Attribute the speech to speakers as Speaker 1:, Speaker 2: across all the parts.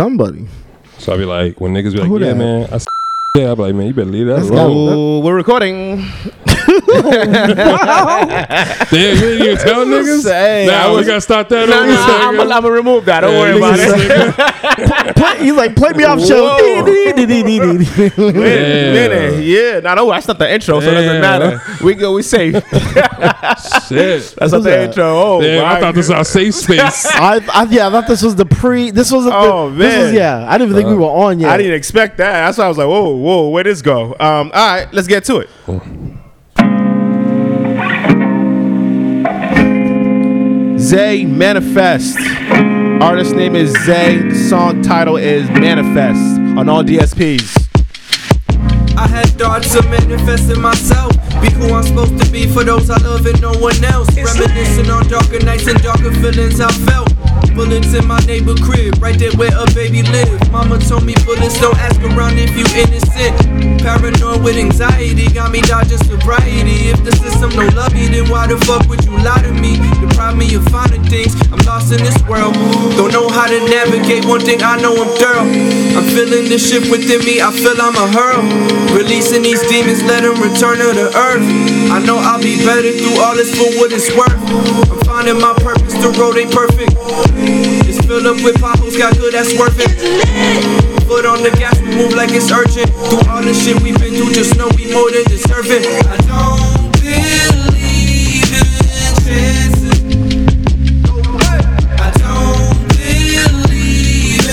Speaker 1: somebody.
Speaker 2: So I be like, when niggas be like,
Speaker 1: Who
Speaker 2: yeah,
Speaker 1: that?
Speaker 2: man, I s- yeah, I be like, man, you better leave that
Speaker 1: Let's
Speaker 2: alone.
Speaker 1: go. We're recording.
Speaker 2: Damn, you ain't even tell niggas.
Speaker 1: Say, I
Speaker 2: nah, we
Speaker 1: was-
Speaker 2: gotta stop that. over,
Speaker 1: I'm
Speaker 2: nigga.
Speaker 1: gonna remove that. Don't worry about
Speaker 2: niggas,
Speaker 1: it. Play- he's like, play me off show. Whoa.
Speaker 2: Yeah.
Speaker 1: yeah. yeah. Now, no, that's not the intro, so it doesn't
Speaker 2: Yeah.
Speaker 1: matter. We go. We safe. That's
Speaker 2: Shit.
Speaker 1: not the
Speaker 3: that?
Speaker 1: intro. Oh,
Speaker 2: Damn, I
Speaker 1: my
Speaker 2: thought this was our safe space.
Speaker 3: I, I yeah, I thought this was the pre. This was
Speaker 1: Oh,
Speaker 3: the, this was
Speaker 1: man.
Speaker 3: yeah. I didn't even think we were on yet.
Speaker 1: I didn't expect that. That's why I was like, whoa, whoa, where this go? Um, all right, let's get to it. Zay Manifest. Artist name is Zay. The song title is Manifest on all DSPs.
Speaker 4: I had thoughts of manifesting myself. Be who I'm supposed to be for those I love and no one else. Reminiscing on darker nights and darker feelings I felt. Bullets in my neighbor crib, right there where a baby live. Mama told me bullets don't ask around if you innocent. Paranoid with anxiety, got me dodging sobriety. If the system don't love you, then why the fuck would you lie to me? Deprive me of finer things. I'm lost in this world. Don't know how to navigate. One thing I know I'm thorough. I'm feeling this shit within me. I feel I'm a hurl. Releasing these demons, let them return to the earth. I know I'll be better through all this for what it's worth. I'm finding my purpose. The road ain't perfect. It's filled up with potholes. Got good, that's worth it. Foot on the gas, we move like it's urgent. Through all the shit we've been through, just know we more than deserve it. I don't believe in chances. I don't believe in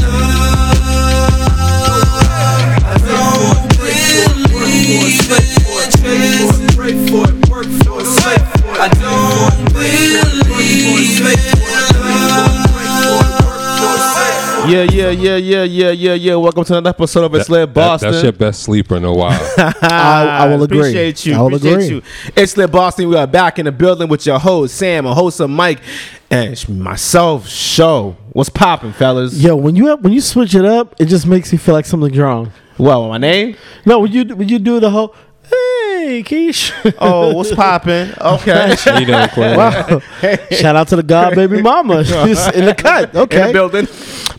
Speaker 4: love. I don't believe in chances. Pray for it, work for it, slave for it. I don't believe in love.
Speaker 1: Yeah, yeah, yeah, yeah, yeah, yeah, yeah. Welcome to another episode of It's Lit
Speaker 2: That-
Speaker 1: Boston.
Speaker 2: that's your best sleeper in a while.
Speaker 3: Ah, I, I will agree.
Speaker 1: Appreciate you.
Speaker 3: I will
Speaker 1: appreciate
Speaker 3: agree.
Speaker 1: you. It's Lit Boston. We are back in the building with your host, Sam, a host of Mike, and it's myself, Show. What's poppin', fellas?
Speaker 3: Yo, when you have, when you switch it up, it just makes me feel like something's wrong.
Speaker 1: Well, my name?
Speaker 3: No, when you when you do the whole hey Keish.
Speaker 1: Oh, what's poppin'? Okay.
Speaker 2: You know, Quinn.
Speaker 3: Wow. Shout out to the God baby mama. She's in the cut.
Speaker 1: In the
Speaker 3: Okay.
Speaker 1: building.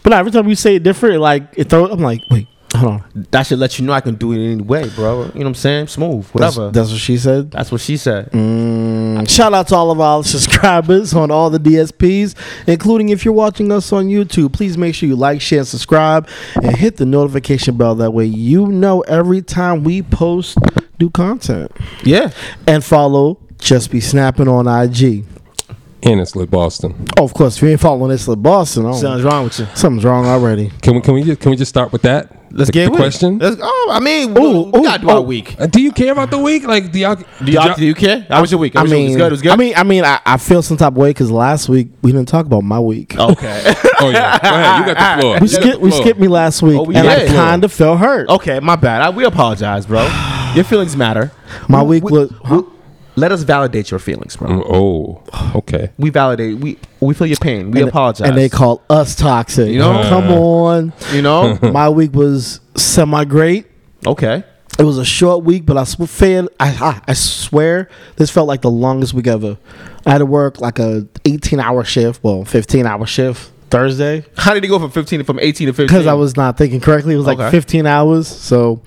Speaker 3: But nah, every time you say it different, like it throw I'm like, wait, hold on.
Speaker 1: That should let you know I can do it any way, bro. You know what I'm saying? Smooth,
Speaker 3: That's, Mm.
Speaker 1: whatever. That's,
Speaker 3: that's what she said.
Speaker 1: what she said.
Speaker 3: Shout out to all of our subscribers on all the DSPs, including if you're watching us on YouTube. Please make sure you like, share, and subscribe, and hit the notification bell. That way, you know every time we post new content.
Speaker 1: Yeah.
Speaker 3: And follow Just Be Snapping on IG.
Speaker 2: and it's lit Boston.
Speaker 3: Oh, of course, if you ain't following this little Boston, I don't-
Speaker 1: Something's wrong with you.
Speaker 3: something's wrong already.
Speaker 2: Can we? Can we just? Can we just start with that?
Speaker 1: Let's
Speaker 2: the,
Speaker 1: get
Speaker 2: the
Speaker 1: with it.
Speaker 2: question.
Speaker 1: Let's, oh, I mean, we-
Speaker 3: Ooh,
Speaker 1: we
Speaker 3: ooh,
Speaker 1: got to do our
Speaker 3: ooh.
Speaker 1: week.
Speaker 2: Uh, Do you care about the week? Like, do y'all?
Speaker 1: Do, y'all, do you care? How was your week? How
Speaker 3: I
Speaker 1: was your week?
Speaker 3: mean,
Speaker 1: it was good. It was good.
Speaker 3: I mean, I mean, I, I feel some type of way because last week we didn't talk about my week.
Speaker 1: okay.
Speaker 2: oh yeah. Go ahead. You got the floor.
Speaker 3: we
Speaker 2: You got
Speaker 3: skipped,
Speaker 2: the
Speaker 3: we
Speaker 2: floor.
Speaker 3: skipped me last week,
Speaker 1: Oh, we
Speaker 3: and I
Speaker 1: did.
Speaker 3: kind of felt hurt.
Speaker 1: Okay, my bad. I, we apologize, bro. Your feelings matter.
Speaker 3: My Mm-hmm. week was-
Speaker 1: we- let us validate your feelings, bro.
Speaker 2: Mm, Oh. Okay.
Speaker 1: We validate. We we feel your pain. We
Speaker 3: And-
Speaker 1: apologize.
Speaker 3: And they call us toxic.
Speaker 1: You know? Hmm.
Speaker 3: come on.
Speaker 1: you know.
Speaker 3: My week was semi great.
Speaker 1: okay.
Speaker 3: It was a short week, but I swear, I, I, I swear, this felt like the longest week ever. I had to work like a 18 hour shift, well, 15 hour shift Thursday
Speaker 1: How did it go from fifteen from eighteen to fifteen?
Speaker 3: because I was not thinking correctly. It was like
Speaker 1: Okay.
Speaker 3: 15 hours, so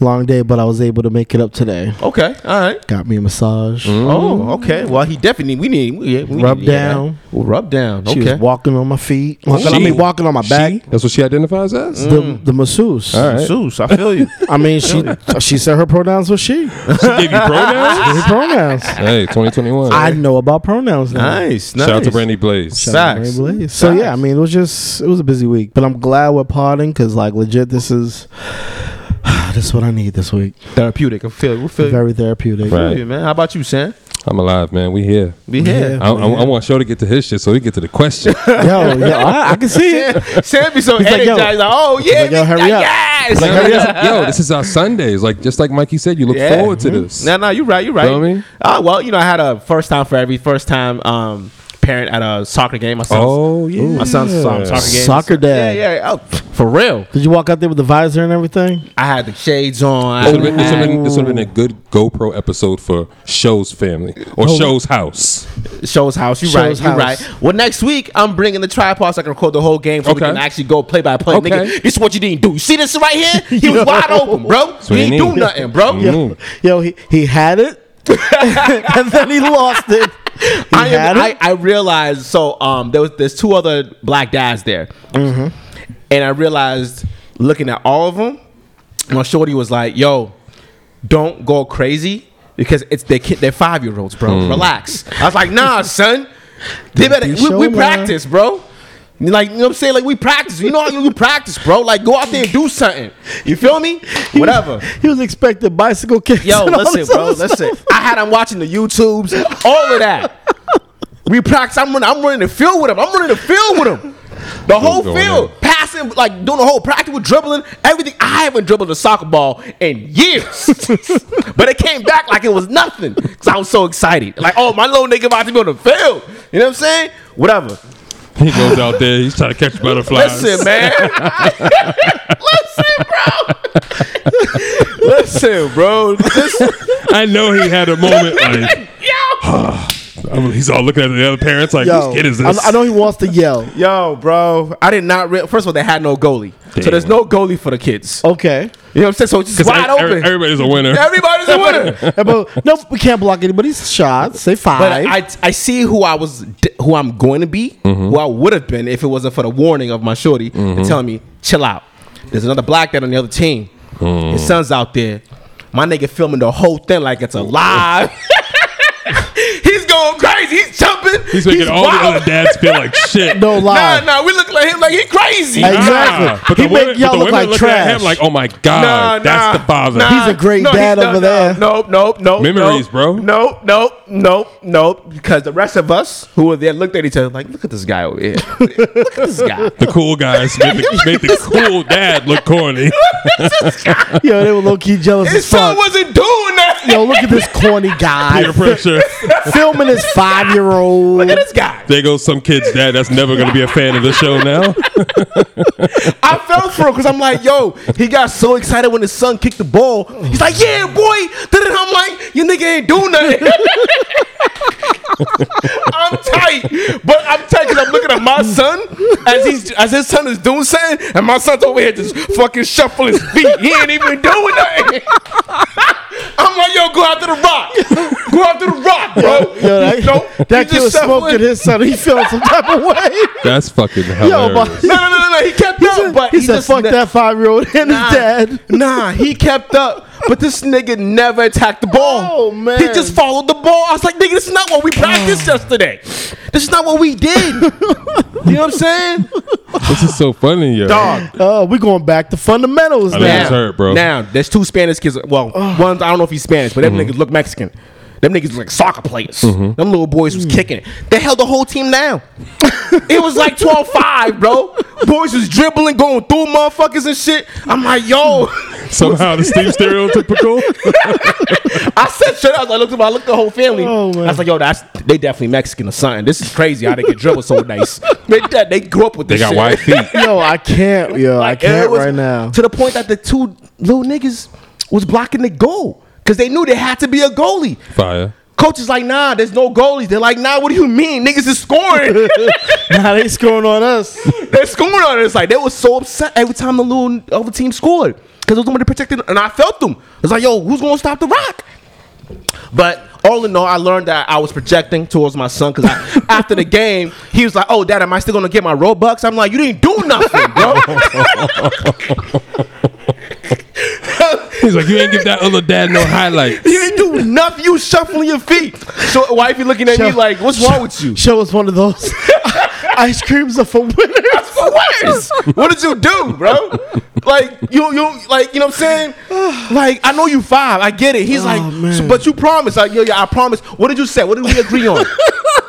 Speaker 3: long day, but I was able to make it up today.
Speaker 1: okay. All right.
Speaker 3: Got me a massage.
Speaker 1: Oh, okay. Well, he definitely we need we, yeah, we
Speaker 3: Rub
Speaker 1: need to hear that.
Speaker 3: down.
Speaker 1: Ooh, rub down.
Speaker 3: She
Speaker 1: okay.
Speaker 3: was walking on my feet. Walking, I
Speaker 2: She-
Speaker 3: mean, walking on my back.
Speaker 2: She? That's what she identifies as.
Speaker 1: Mm-hmm.
Speaker 3: The, the masseuse.
Speaker 2: All right.
Speaker 1: Zeus, I feel you.
Speaker 3: I mean, she she said her pronouns were she.
Speaker 2: She gave you
Speaker 3: Her
Speaker 2: pronouns.
Speaker 3: pronouns.
Speaker 2: hey, 2021.
Speaker 3: I know about pronouns now.
Speaker 1: nice. Nice.
Speaker 2: Shout out to Brandy Blaze.
Speaker 1: Shout out to
Speaker 3: Mary
Speaker 1: Facts.
Speaker 3: Blaze. So yeah, I mean, it was just it was a busy week, but I'm glad we're parting because like legit, this is this is what I need this week.
Speaker 1: Therapeutic. I feel you. We feel you.
Speaker 3: Very therapeutic.
Speaker 2: Right.
Speaker 1: Feel you, man. How about you, Sam?
Speaker 2: I'm alive, man. We here.
Speaker 1: Be here.
Speaker 2: I, I, I want Show to get to his shit so we get to the question.
Speaker 3: Yo, yo, I, I can see it.
Speaker 1: Sam, Sam be so
Speaker 3: He's like,
Speaker 1: energized.
Speaker 3: yo.
Speaker 1: Like, oh yeah,
Speaker 3: like, yo,
Speaker 1: we-
Speaker 3: hurry up.
Speaker 1: yes.
Speaker 2: Like, yo, this- yo, this is our Sundays. Like just like Mikey said, you look
Speaker 1: Yeah.
Speaker 2: forward to this.
Speaker 1: No, no, you're right. You're right.
Speaker 2: Feel me?
Speaker 1: Uh, well, you know, I had a first time for every first time um, parent at a soccer game. My son's,
Speaker 2: Oh yeah.
Speaker 1: my son's um, soccer game.
Speaker 3: Soccer
Speaker 1: Yeah,
Speaker 3: dad.
Speaker 1: yeah. Oh, For real.
Speaker 3: Did you walk out there with the visor and everything?
Speaker 1: I had the shades on.
Speaker 2: This would have been, this would've been- this would've been a good GoPro episode for Show's family or Show's house.
Speaker 1: Show's house. You right.
Speaker 3: Show's
Speaker 1: You
Speaker 3: house.
Speaker 1: right. Well, next week I'm bringing the tripod so I can record the whole game so we
Speaker 2: Okay.
Speaker 1: can actually go play by play.
Speaker 2: Okay.
Speaker 1: Nigga, this is what you didn't do. You see this right here? He was wide open, bro.
Speaker 2: what
Speaker 1: he
Speaker 2: you
Speaker 1: didn't
Speaker 2: need.
Speaker 1: do nothing, bro.
Speaker 3: Yo, yo he, he had it and then he lost it. He
Speaker 1: I,
Speaker 3: had
Speaker 1: am,
Speaker 3: it.
Speaker 1: I I realized so um there was there's two other black dads there,
Speaker 3: Mm-hmm.
Speaker 1: and I realized looking at all of them, my shorty was like, "Yo, don't go crazy because it's they kid they're five year olds, bro. Relax." I was like, "Nah, son, they better
Speaker 3: Hmm. be
Speaker 1: we, we
Speaker 3: showing
Speaker 1: practice, bro." Like you know what I'm saying? Like we practice. You know how you practice, bro. Like go out there and do something. You feel me? Whatever.
Speaker 3: He was expecting bicycle kicks.
Speaker 1: Yo,
Speaker 3: and all
Speaker 1: listen,
Speaker 3: this
Speaker 1: bro.
Speaker 3: other stuff.
Speaker 1: Listen, I had him watching the YouTubes, all of that. We practice. I'm running. I'm running the field with him. I'm running the field with him. The whole
Speaker 2: going
Speaker 1: field,
Speaker 2: in.
Speaker 1: passing, like doing the whole practical dribbling, everything. I haven't dribbled a soccer ball in years, but it came back like it was nothing because I was so excited. Like, oh, my little nigga about to be on the field. You know what I'm saying? Whatever.
Speaker 2: He goes out there. He's trying to catch butterflies.
Speaker 1: Listen, man. Listen, bro. Listen, bro. Just,
Speaker 2: I know he had a moment. Like,
Speaker 1: yo.
Speaker 2: I'm- he's all looking at the other parents like,
Speaker 3: Yo,
Speaker 2: "Whose kid is
Speaker 3: I-
Speaker 2: this?"
Speaker 3: I, know he wants to yell.
Speaker 1: Yo, bro, I did not. Re- First of all, they had no goalie, so
Speaker 2: Damn.
Speaker 1: there's no goalie for the kids.
Speaker 3: Okay.
Speaker 1: You know what I'm saying? So it's just
Speaker 2: 'Cause
Speaker 1: wide
Speaker 2: every-
Speaker 1: open.
Speaker 2: everybody's a winner.
Speaker 1: Everybody's a winner.
Speaker 3: Yeah, but no, we can't block anybody's shots. Say five.
Speaker 1: But I, I see who I was, who I'm going to be,
Speaker 2: Mm-hmm.
Speaker 1: who I would have been if it wasn't for the warning of my shorty and telling me, chill out. There's another black dad on the other team.
Speaker 2: Mm.
Speaker 1: His son's out there. My nigga filming the whole thing like it's alive. He's going crazy. He's jumping.
Speaker 2: he's making all the
Speaker 1: wild.
Speaker 2: other dads feel like shit.
Speaker 3: no
Speaker 1: Nah,
Speaker 3: lie.
Speaker 1: nah, we look like him like he crazy.
Speaker 3: Hey,
Speaker 2: Ah,
Speaker 3: Exactly.
Speaker 2: But
Speaker 3: He
Speaker 2: the
Speaker 3: make
Speaker 2: women,
Speaker 3: y'all
Speaker 2: but the
Speaker 3: look
Speaker 2: women
Speaker 3: like
Speaker 2: looking at
Speaker 3: trash.
Speaker 2: him like, "Oh my god, that's the father."
Speaker 3: He's a great
Speaker 1: he-
Speaker 3: dad over there.
Speaker 1: Nope, nope, nope.
Speaker 2: Memories,
Speaker 1: nope,
Speaker 2: bro.
Speaker 1: Nope, nope, nope, nope. Because the rest of us who were there looked at each other like, look at this guy over here. look at this guy.
Speaker 2: the cool guys made the, made the cool dad look corny.
Speaker 3: Yo, they were low key jealous
Speaker 1: His
Speaker 3: as
Speaker 1: son
Speaker 3: fuck.
Speaker 1: wasn't doing that.
Speaker 3: Yo, look at this corny guy
Speaker 2: Peer pressure.
Speaker 3: filming his five year old.
Speaker 1: Look at this guy.
Speaker 2: There goes some kid's dad that's never going to be a fan of the show now.
Speaker 1: I fell for him because I'm like, yo, he got so excited when his son kicked the ball. He's like, yeah, boy. Then I'm like, you nigga ain't do nothing. I'm tight, but I'm tight because I'm looking at my son as he's as his son is doing something, and my son's over here just fucking shuffling his feet. He ain't even doing nothing. I'm like, yo, go after the rock, go after the rock, bro.
Speaker 3: Yo, that,
Speaker 1: Nope,
Speaker 3: that
Speaker 1: he
Speaker 3: kid was
Speaker 1: just shuffling.
Speaker 3: smoking his son. He felt some type of way.
Speaker 2: That's fucking
Speaker 3: Yo, but
Speaker 2: hilarious.
Speaker 1: No, no, no, no, no, he kept up, but
Speaker 3: he,
Speaker 1: he
Speaker 3: said,
Speaker 1: just
Speaker 3: "Fuck
Speaker 1: ne-
Speaker 3: that five year old and
Speaker 1: Nah.
Speaker 3: his dad."
Speaker 1: Nah, he kept up, but this nigga never attacked the ball.
Speaker 3: Oh, man.
Speaker 1: He just followed the ball. I was like, nigga, this is not what we practiced yesterday. This is not what we did. you know what I'm saying?
Speaker 2: this is so funny, yo.
Speaker 1: Dog.
Speaker 3: Oh, we going back to fundamentals
Speaker 2: know.
Speaker 3: now.
Speaker 2: was hurt, bro.
Speaker 1: Now, there's two Spanish kids. Well, one, I don't know if he's Spanish, but them
Speaker 2: Mm-hmm.
Speaker 1: niggas look Mexican. Them niggas like soccer players. Them little boys was kicking it. They held the whole team down. it was like 12 5, bro. Boys was dribbling, going through motherfuckers and shit. I'm like, yo.
Speaker 2: Somehow the Steve stereotypical.
Speaker 1: I said shut up. I looked at my, I looked at the whole family.
Speaker 3: Oh, man.
Speaker 1: I was like, yo, that's they definitely Mexican or something. This is crazy how they get dribbled so nice. They, de- they grew up with
Speaker 2: they
Speaker 1: this.
Speaker 2: got
Speaker 1: shit.
Speaker 2: wide feet.
Speaker 3: Yo, I can't. Yo, I
Speaker 1: Like,
Speaker 3: can't
Speaker 1: it was-
Speaker 3: right now.
Speaker 1: To the point that the two little niggas was blocking the goal because they knew there had to be a goalie.
Speaker 2: Fire.
Speaker 1: Coach is like, nah, there's no goalies. They're like, nah, what do you mean? Niggas is scoring.
Speaker 3: now they scoring on us.
Speaker 1: They're scoring on us. Like they were so upset every time the little other team scored because it was nobody protecting, and I felt them. It's like, yo, who's gonna stop the rock? But all in all, I learned that I was projecting towards my son because after the game, he was like, "Oh, Dad, am I still gonna get my Robux?" I'm like, "You didn't do nothing, bro."
Speaker 2: He's like, you ain't give that other dad no highlight.
Speaker 1: You didn't do nothing. You shuffling your feet. So wifey looking at me
Speaker 3: Shuff-
Speaker 1: like, "What's wrong with you?"
Speaker 3: Show us one of those ice creams are for winners.
Speaker 1: For worse. what did you do, bro? Like you, you, like you know what I'm saying? Like I know you five, I get it. He's like,
Speaker 3: man.
Speaker 1: "So- but you promised, like yo, yeah, I promise. What did you say? What did we agree on?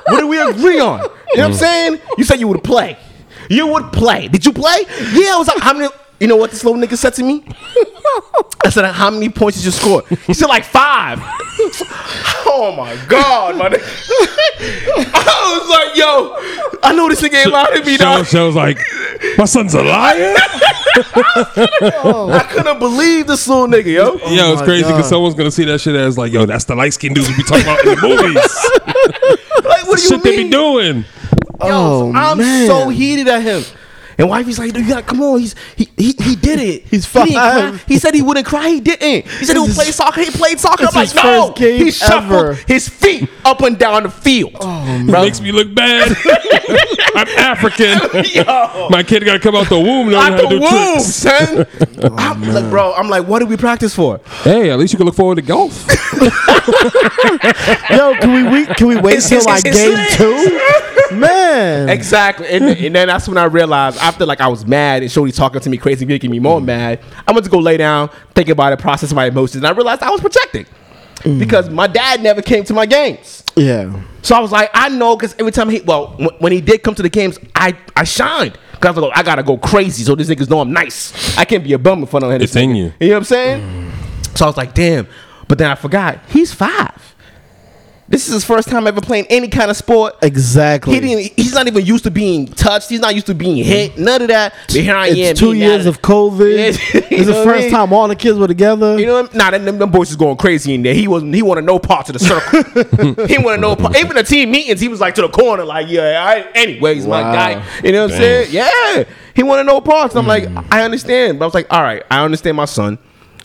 Speaker 1: what did we agree on? You know what I'm saying? You said you would play. You would play. Did you play? Yeah, I was like, how many? You know what this little nigga said to me? I said, how many points did you score? He said, like five. oh my God, my nigga. I was like, yo, I know this nigga ain't lying to me,
Speaker 2: Show,
Speaker 1: dog.
Speaker 2: show's like, my son's a liar.
Speaker 1: I couldn't believe this little nigga, yo.
Speaker 2: Yo, it's
Speaker 3: my
Speaker 2: crazy
Speaker 3: God.
Speaker 2: because someone's gonna see that shit as like, yo, that's the light skinned dudes we be talking about in the movies.
Speaker 1: Like, what do you
Speaker 2: shit
Speaker 1: mean?
Speaker 2: they be doing.
Speaker 3: Oh,
Speaker 1: I'm
Speaker 3: man.
Speaker 1: so heated at him. And wifey's like, dude, you gotta come on. He's he he, he did it.
Speaker 3: He's
Speaker 1: He, didn't cry.
Speaker 3: five.
Speaker 1: he said he wouldn't cry. He didn't. He said he would
Speaker 3: This
Speaker 1: play
Speaker 3: is-
Speaker 1: soccer. He played soccer. I'm
Speaker 3: this
Speaker 1: like,
Speaker 3: is his
Speaker 1: no.
Speaker 3: first game
Speaker 1: He shuffled
Speaker 3: ever.
Speaker 1: his feet up and down the field.
Speaker 2: It makes me look bad. I'm African.
Speaker 1: Yo.
Speaker 2: My kid gotta come out the womb knowing
Speaker 1: Out
Speaker 2: how to
Speaker 1: the
Speaker 2: do
Speaker 1: womb,
Speaker 2: tricks.
Speaker 1: son. I'm like, bro, I'm like, what did we practice for?
Speaker 2: Hey, at least you can look forward to golf.
Speaker 3: Yo, can we, we can we wait
Speaker 1: It's-
Speaker 3: till
Speaker 1: it's-
Speaker 3: like
Speaker 1: it's-
Speaker 3: game
Speaker 1: it's-
Speaker 3: two? Man,
Speaker 1: Exactly. And, and then that's when I realized after like I was mad and Shorty talking to me crazy, making me
Speaker 2: Mm.
Speaker 1: more mad. I went to go lay down, think about it, process my emotions, and I realized I was protecting.
Speaker 2: Mm.
Speaker 1: Because my dad never came to my games.
Speaker 3: yeah.
Speaker 1: So I was like, I know because every time he, well, wh- when he did come to the games, I, I shined. Because I was like, I gotta go crazy so these niggas know I'm nice. I can't be a bum in front of him.
Speaker 2: It's in you. Mm.
Speaker 1: You know what I'm saying? So I was like, damn. But then I forgot, he's five. This is his first time ever playing any kind of sport.
Speaker 3: Exactly.
Speaker 1: He didn't, he's not even used to being touched. He's not used to being hit. None of that. But here I am.
Speaker 3: Mm-hmm. it's two
Speaker 1: being
Speaker 3: years
Speaker 1: mad.
Speaker 3: of COVID.
Speaker 1: Yeah, you
Speaker 3: it's the
Speaker 1: know what I
Speaker 3: first
Speaker 1: mean?
Speaker 3: time all the kids were together.
Speaker 1: You know, what I mean? nah, them, them boys is going crazy in there. He wasn't. He wanted no parts of the circle. he wanted no part. Even the team meetings, he was like to the corner, like yeah. I, anyways, my
Speaker 3: Wow.
Speaker 1: guy. You know what I'm saying? Yeah. He wanted no parts. And I'm like, I understand, but I was like, all right, I understand my son.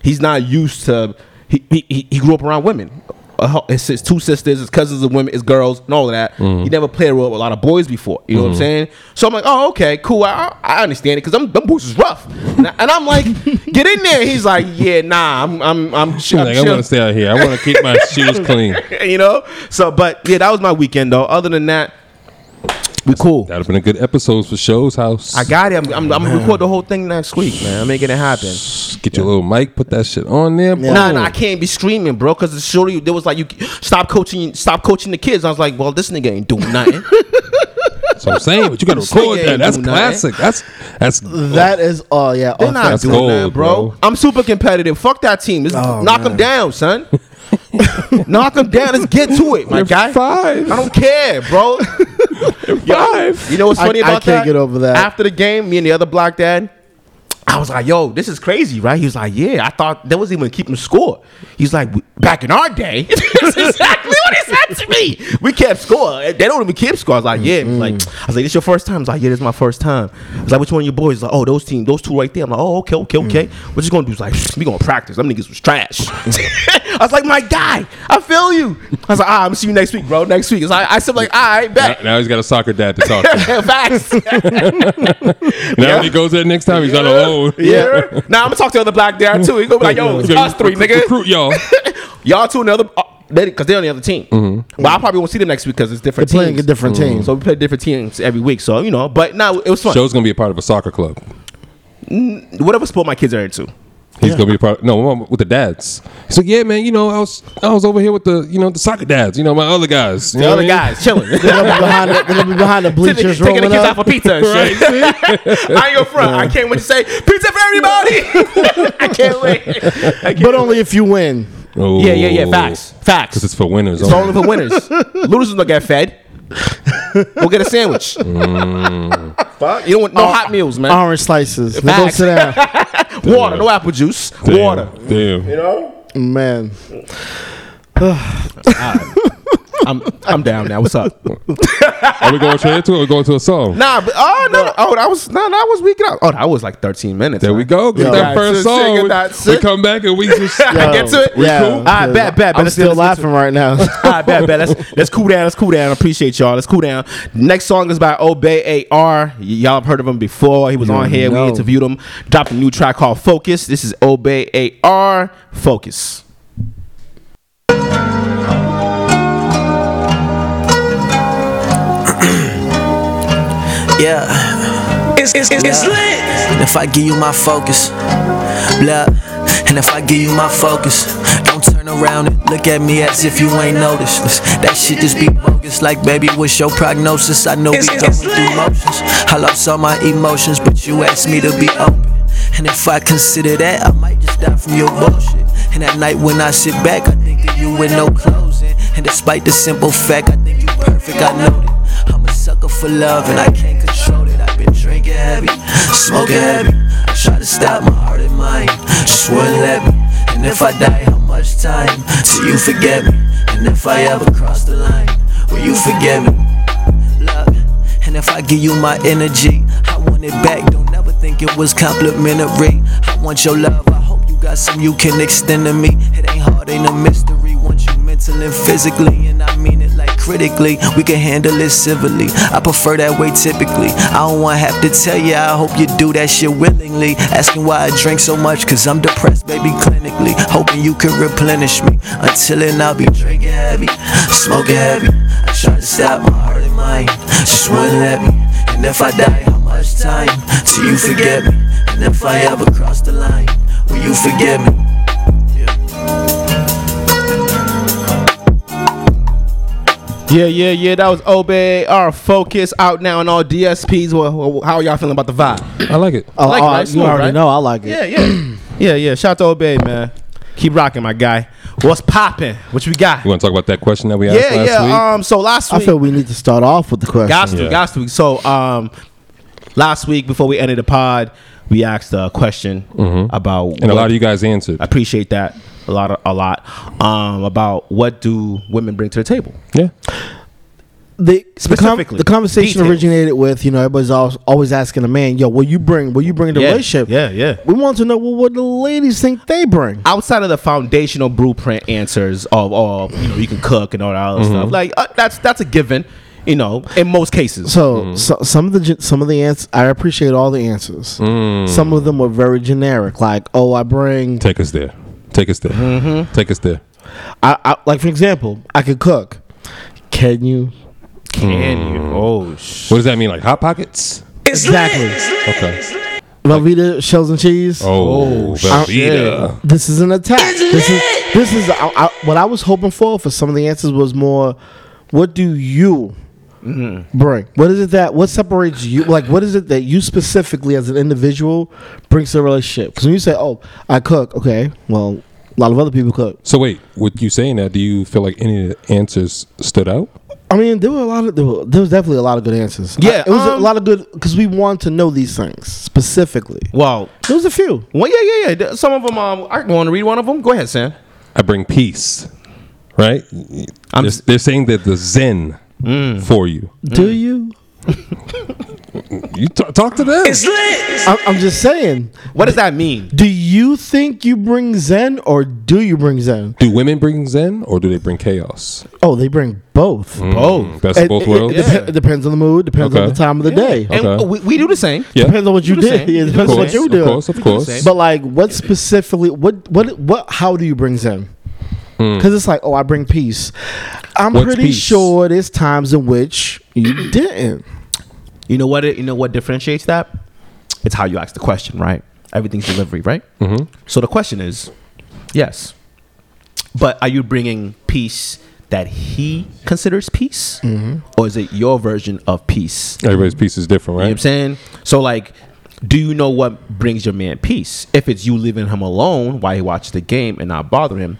Speaker 1: He's not used to. He he, he- he grew up around women. Uh, ho- his, sis- two sisters, his cousins of women, his girls, and all of that. He never played with a lot of boys before. You know what I'm saying? So I'm like, oh, okay, cool. I, I I understand it because them, them boys is rough. And, I, am like, get in there. He's like, yeah, nah, I'm, I'm, I'm, ch- I'm
Speaker 2: like, I
Speaker 1: chill."
Speaker 2: want to stay out here. I want to keep my shoes clean.
Speaker 1: you know. So, but yeah, that was my weekend though. Other than that, we cool.
Speaker 2: That'd have been a good episode for Show's House.
Speaker 1: I got it. I'm, I'm, I'm gonna record the whole thing next week, man. I'm making it happen.
Speaker 2: Get your little mic, put that shit on there.
Speaker 3: Yeah.
Speaker 1: Nah,
Speaker 2: boom.
Speaker 1: nah, I can't be streaming, bro, because it's surely there was like you stop coaching, stop coaching the kids. I was like, well, this nigga ain't doing nothing.
Speaker 2: That's what I'm saying. But you got to
Speaker 1: This nigga
Speaker 2: record that.
Speaker 1: ain't
Speaker 2: That's
Speaker 1: doing nothing.
Speaker 2: classic. That's that's
Speaker 3: That is oh yeah.
Speaker 1: They're not
Speaker 2: That's
Speaker 1: doing that,
Speaker 2: gold,
Speaker 1: bro.
Speaker 2: bro.
Speaker 1: I'm super competitive. Fuck that team. Let's
Speaker 3: Oh,
Speaker 1: knock them down, son. knock them down. Let's get to it, my
Speaker 2: You're
Speaker 1: guy.
Speaker 2: five.
Speaker 1: I don't care, bro.
Speaker 2: five.
Speaker 1: You know what's
Speaker 3: I-
Speaker 1: funny
Speaker 3: I
Speaker 1: about that?
Speaker 3: can't get over that.
Speaker 1: After the game, me and the other black dad, I was like, "Yo, this is crazy, right?" He was like, "Yeah." I thought that was even keeping score. He's like, "We- "Back in our day, that's exactly what he said to me. We kept score. They don't even keep score." I was like, "Yeah." He was like, "I was like, this your first time?" He's like, "Yeah, this is my first time." I was like, "Which one of your boys?" He's like, "Oh, those team, those two right there." I'm like, "Oh, okay, okay, okay."
Speaker 3: Mm.
Speaker 1: What you gonna do? He's like, "We gonna practice. Them niggas was trash." I was like, "My guy, I feel you." I was like, "Ah, I'm gonna see you next week, bro. Next week." It's like, I said, "Like, all right,
Speaker 2: Now,
Speaker 1: bet."
Speaker 2: now he's got a soccer dad to talk to.
Speaker 1: Facts.
Speaker 2: Now when he goes there next time, he's not alone.
Speaker 1: Yeah. Now I'm gonna talk to other black dad too. He gonna be like, yo, it's
Speaker 2: He's gonna
Speaker 1: us three,
Speaker 2: recruit-
Speaker 1: nigga.
Speaker 2: Recruit y'all.
Speaker 1: Y'all two another, uh, they, cause they're on the other team. But I probably won't see them next week because it's different.
Speaker 3: Mm-hmm. They're playing
Speaker 1: teams.
Speaker 3: a
Speaker 1: Mm.
Speaker 3: different team.
Speaker 1: So we play different teams every week. So you know, but now it was fun.
Speaker 2: Show's gonna be a part of a soccer club.
Speaker 1: Whatever sport my kids are into.
Speaker 2: He's gonna be a part. No, I'm with the dads. He's like, yeah, man. You know, I was I was over here with the you know the soccer dads. You know, my other guys. You
Speaker 1: The
Speaker 2: know
Speaker 1: other
Speaker 2: what I mean?
Speaker 1: guys chilling.
Speaker 3: They're gonna be behind the, they're gonna be behind the
Speaker 1: Taking
Speaker 3: bleachers
Speaker 1: taking the
Speaker 3: rolling
Speaker 1: kids out
Speaker 3: up.
Speaker 1: for pizza and shit. I ain't your front. I can't wait to say pizza for everybody. I can't wait. I can't
Speaker 3: But only if you win.
Speaker 2: Oh.
Speaker 1: Yeah, yeah, yeah. Facts. Facts.
Speaker 2: Because it's for winners.
Speaker 1: It's
Speaker 2: only.
Speaker 1: only for winners. Losers don't get fed. We'll get a sandwich. Fuck. You don't want no hot meals, man.
Speaker 3: Orange slices. Man, go
Speaker 1: Facts.
Speaker 3: sit down.
Speaker 1: Water, no apple juice.
Speaker 2: Damn,
Speaker 1: Water.
Speaker 2: Damn.
Speaker 3: Man.
Speaker 1: I'm I'm down now. What's up?
Speaker 2: Are we going straight into it? Or going to a song?
Speaker 1: nah, but oh no, no. oh that was no, that was week out. Oh, that was like 13 minutes.
Speaker 2: There we go. Get
Speaker 3: Yo.
Speaker 2: that
Speaker 1: Sing
Speaker 2: first
Speaker 1: it,
Speaker 2: song.
Speaker 1: that
Speaker 2: We
Speaker 1: sick.
Speaker 2: come back and we just.
Speaker 1: I get to it. We
Speaker 3: Yeah.
Speaker 1: cool? All right, bet, bet, bet.
Speaker 3: I'm
Speaker 1: Let's do-
Speaker 3: still
Speaker 1: let's do-
Speaker 3: laughing right now.
Speaker 1: All right, bet, bet. Let's let's cool down. Let's cool down. I appreciate y'all. Lety Let's cool down. Next song is by Obey AR. Y- Y'all have heard of him before. He was on here.
Speaker 3: know.
Speaker 1: We interviewed him. Dropped a new track called Focus. This is Obey AR. Focus.
Speaker 5: Yeah. It's, it's, it's, it's lit. If I give you my focus, blah. And if I give you my focus, don't turn around and look at me as if you ain't noticed. That shit just be bogus. Like, baby, what's your prognosis? I know we going through motions. I lost all my emotions, but you asked me to be open. And if I consider that, I might just die from your bullshit. And at night when I sit back, I think of you with no closing. And despite the simple fact, I think you perfect. I know that I'm a sucker for love, and I can't control it. I've been drinking heavy, smoking heavy. I
Speaker 4: Try to stop my heart and mind, just wouldn't let me. And if I die, how much time till you forget me? And if I ever cross the line, will you forgive me? Love, and if I give you my energy, I want it back. Don't never think it was complimentary. I want your love. I hope you got some you can extend to me. It ain't hard, ain't a mystery. Once you mentally and physically, and I mean it like critically, we can handle it civilly. I prefer that way typically. I don't wanna have to tell you, I hope you do that shit willingly. Asking why I drink so much, cause I'm depressed, baby, clinically. Hoping you can replenish me. Until then, I'll be drinking heavy, smoking heavy. I try to stop my heart and mind, just wouldn't let me. And if I die, how much time till you forget me? And if I ever cross the line, will you forgive me?
Speaker 1: Yeah, yeah, yeah. That was Obey. Our focus out now on all DSPs. Well, how are y'all feeling about the vibe?
Speaker 2: I like it.
Speaker 3: Oh,
Speaker 1: like it,
Speaker 3: oh,
Speaker 1: right?
Speaker 3: you
Speaker 1: Smooth,
Speaker 3: already
Speaker 1: right?
Speaker 3: know I like it.
Speaker 1: Yeah, yeah, yeah, yeah. Shout out to Obey, man. Keep rocking, my guy. What's popping? What you got?
Speaker 2: You want to talk about that question that we asked
Speaker 1: Yeah,
Speaker 2: last
Speaker 1: yeah.
Speaker 2: week?
Speaker 1: Um, so last
Speaker 3: I
Speaker 1: week,
Speaker 3: feel we need to start off with the question.
Speaker 1: Gots to,
Speaker 2: Yeah.
Speaker 1: gots to. So, um, last week before we ended the pod, we asked a question about
Speaker 2: Mm-hmm. and a
Speaker 1: what-
Speaker 2: lot of you guys answered.
Speaker 1: I appreciate that a lot, of, a lot. Um, about what do women bring to the table?
Speaker 2: yeah.
Speaker 3: the, the, com-
Speaker 1: Specifically.
Speaker 3: the conversation
Speaker 1: Details.
Speaker 3: originated with you know everybody's always, always asking a man, yo, what you bring? What you bring to the
Speaker 1: Yeah,
Speaker 3: relationship?
Speaker 1: yeah, yeah.
Speaker 3: We want to know well, what the ladies think they bring.
Speaker 1: Outside of the foundational blueprint answers of all, you know, you can cook and all that other stuff. Like uh, that's that's a given, you know, in most cases.
Speaker 3: So, so some of the gen- some of the answers I appreciate all the answers.
Speaker 1: Mm.
Speaker 3: Some of them were very generic, like oh, I bring
Speaker 2: Take us there. Take us there.
Speaker 1: Mm-hmm.
Speaker 2: Take us there.
Speaker 3: I, I like for example, I could cook. Can you
Speaker 1: Can you? Oh, sh-
Speaker 2: What does that mean? Like Hot Pockets?
Speaker 3: exactly
Speaker 2: Okay.
Speaker 3: Velveeta shells and cheese?
Speaker 2: Oh, Velveeta.
Speaker 3: This is an attack. This is this is I, I, what I was hoping for. For some of the answers was more, what do you bring? What is it that what separates you? Like what is it that you specifically as an individual brings to a relationship? Because when you say, "Oh, I cook," okay, well, a lot of other people cook.
Speaker 2: So wait, with you saying that, do you feel like any of the answers stood out?
Speaker 3: I mean, there were a lot of there, were, there was definitely a lot of good answers.
Speaker 1: Yeah,
Speaker 3: I- it was a
Speaker 1: um,
Speaker 3: lot of good because we want to know these things specifically.
Speaker 1: well,
Speaker 3: There was a few.
Speaker 1: well, yeah, yeah, yeah. Th- Some of them. Um, I want to read one of them. Go ahead, Sam.
Speaker 2: I bring peace, right?
Speaker 1: I'm
Speaker 2: they're,
Speaker 1: s- Mm.
Speaker 2: they're saying that the Zen for you.
Speaker 3: Do you?
Speaker 2: You t- talk to them.
Speaker 3: I'm, I'm just saying.
Speaker 1: What does that mean?
Speaker 3: Do you think you bring Zen or do you bring Zen?
Speaker 2: Do women bring Zen or do they bring chaos?
Speaker 3: Oh, they bring both.
Speaker 1: Oh,
Speaker 2: Best of
Speaker 3: It-
Speaker 2: Mm. both
Speaker 3: it- it
Speaker 2: worlds.
Speaker 3: depe-
Speaker 1: Yeah.
Speaker 3: It depends on the mood. Depends on
Speaker 2: Okay.
Speaker 3: the time of the day.
Speaker 1: and
Speaker 2: Okay.
Speaker 1: we, we do the same.
Speaker 2: Yeah.
Speaker 3: Depends on what you
Speaker 1: You do the
Speaker 3: did.
Speaker 1: same.
Speaker 3: Yeah,
Speaker 1: You do
Speaker 3: depends
Speaker 2: Of
Speaker 3: on
Speaker 2: course,
Speaker 3: what you
Speaker 2: of
Speaker 3: do.
Speaker 2: course, of course.
Speaker 3: But like, what specifically? What what what? How do you bring Zen? Because it's like, oh, I bring peace. I'm
Speaker 2: Hmm. What's
Speaker 3: pretty
Speaker 2: peace?
Speaker 3: sure there's times in which you didn't.
Speaker 1: You know what? It, you know what differentiates that? It's how you ask the question, right? Everything's delivery, right? Mm-hmm. So the question is, yes, but are you bringing peace that he considers peace, or is it your version of peace?
Speaker 2: Everybody's piece is different,
Speaker 1: You know what
Speaker 2: right?
Speaker 1: I'm saying? So like, do you know what brings your man peace? If it's you leaving him alone while he watches the game and not bother him,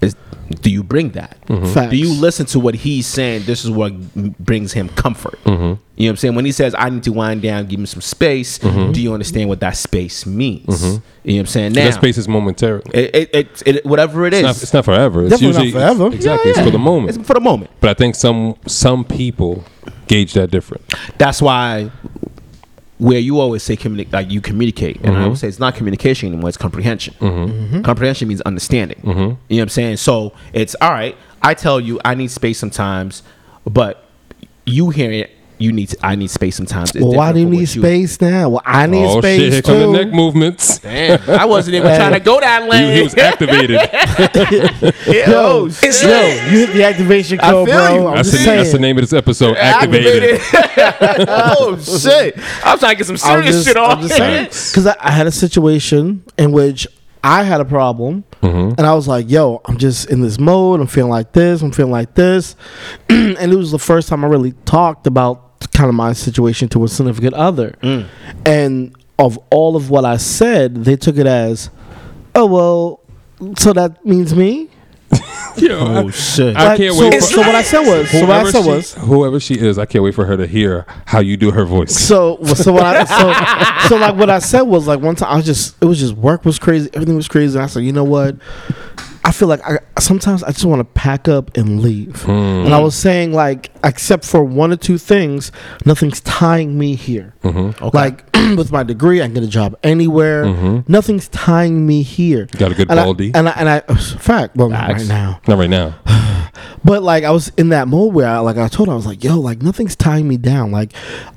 Speaker 1: is do you bring that?
Speaker 2: Mm-hmm.
Speaker 3: Facts.
Speaker 1: Do you listen to what he's saying? This is what m- brings him comfort.
Speaker 2: Mm-hmm.
Speaker 1: You know what I'm saying? When he says, I need to wind down, give me some space, do you understand what that space means? You know what I'm saying? Now,
Speaker 2: Mm-hmm. That space is momentary. It's
Speaker 1: it, it, it, it- whatever it is,
Speaker 2: not, it's not forever. It's
Speaker 3: Definitely
Speaker 2: usually
Speaker 3: not forever.
Speaker 2: Exactly. It's for the moment.
Speaker 1: it's for the moment.
Speaker 2: But I think some some people gauge that different.
Speaker 1: that's why where you always say communi- like you communicate and
Speaker 2: Mm-hmm.
Speaker 1: i would say it's not communication anymore it's comprehension comprehension means understanding
Speaker 2: Mm-hmm.
Speaker 1: you know what i'm saying so it's all right i tell you i need space sometimes but you hear it you need to, i need space sometimes It's
Speaker 3: Well, why
Speaker 1: different
Speaker 3: do you
Speaker 1: from what
Speaker 3: need space now? Well, I need
Speaker 2: oh
Speaker 3: space
Speaker 2: shit! Here come
Speaker 3: too.
Speaker 2: the neck movements. He,
Speaker 1: Damn, i wasn't even trying to go that lane
Speaker 2: he was activated.
Speaker 1: Yo,
Speaker 3: Yo,
Speaker 1: Oh, shit.
Speaker 3: yo, you hit the activation
Speaker 1: I
Speaker 3: code,
Speaker 1: feel
Speaker 3: bro.
Speaker 1: you.
Speaker 3: I'm
Speaker 2: That's the,
Speaker 3: just saying.
Speaker 2: that's the name of this episode. Activated.
Speaker 1: Activated. oh shit i'm trying to get some
Speaker 3: I'm
Speaker 1: serious
Speaker 3: just-
Speaker 1: shit
Speaker 3: I'm
Speaker 1: off
Speaker 3: just saying. Because I, I had a situation in which I had a problem, and I was like, "Yo, I'm just in this mode. I'm feeling like this. I'm feeling like this," and it was the first time I really talked about kind of my situation to a significant other,
Speaker 2: Mm.
Speaker 3: and of all of what I said, they took it as, "Oh well, so that means me."
Speaker 2: Yo,
Speaker 3: Oh,
Speaker 2: I-
Speaker 3: shit.
Speaker 2: I
Speaker 3: Like,
Speaker 2: can't
Speaker 3: so,
Speaker 2: wait for-
Speaker 3: so what I said was, so what I
Speaker 2: Whoever
Speaker 3: said
Speaker 2: she-
Speaker 3: was,
Speaker 2: whoever she is, I can't wait for her to hear how you do her voice.
Speaker 3: so well, so what I so so like what I said was like one time I was just it was just work was crazy, everything was crazy. And I said, you know what? I feel like I sometimes I just want to pack up and leave.
Speaker 2: Hmm.
Speaker 3: And I was saying like, except for one or two things, nothing's tying me here.
Speaker 2: Mm-hmm.
Speaker 3: Like with my degree, I can get a job anywhere. Nothing's tying me here.
Speaker 2: Mm-hmm. Got a good
Speaker 3: and I,
Speaker 2: baldy?
Speaker 3: and I and I fact, well not
Speaker 1: Facts.
Speaker 3: right now.
Speaker 2: Not right now.
Speaker 3: But like I was in that mode where I like I told her I was like, yo, like nothing's tying me down. Like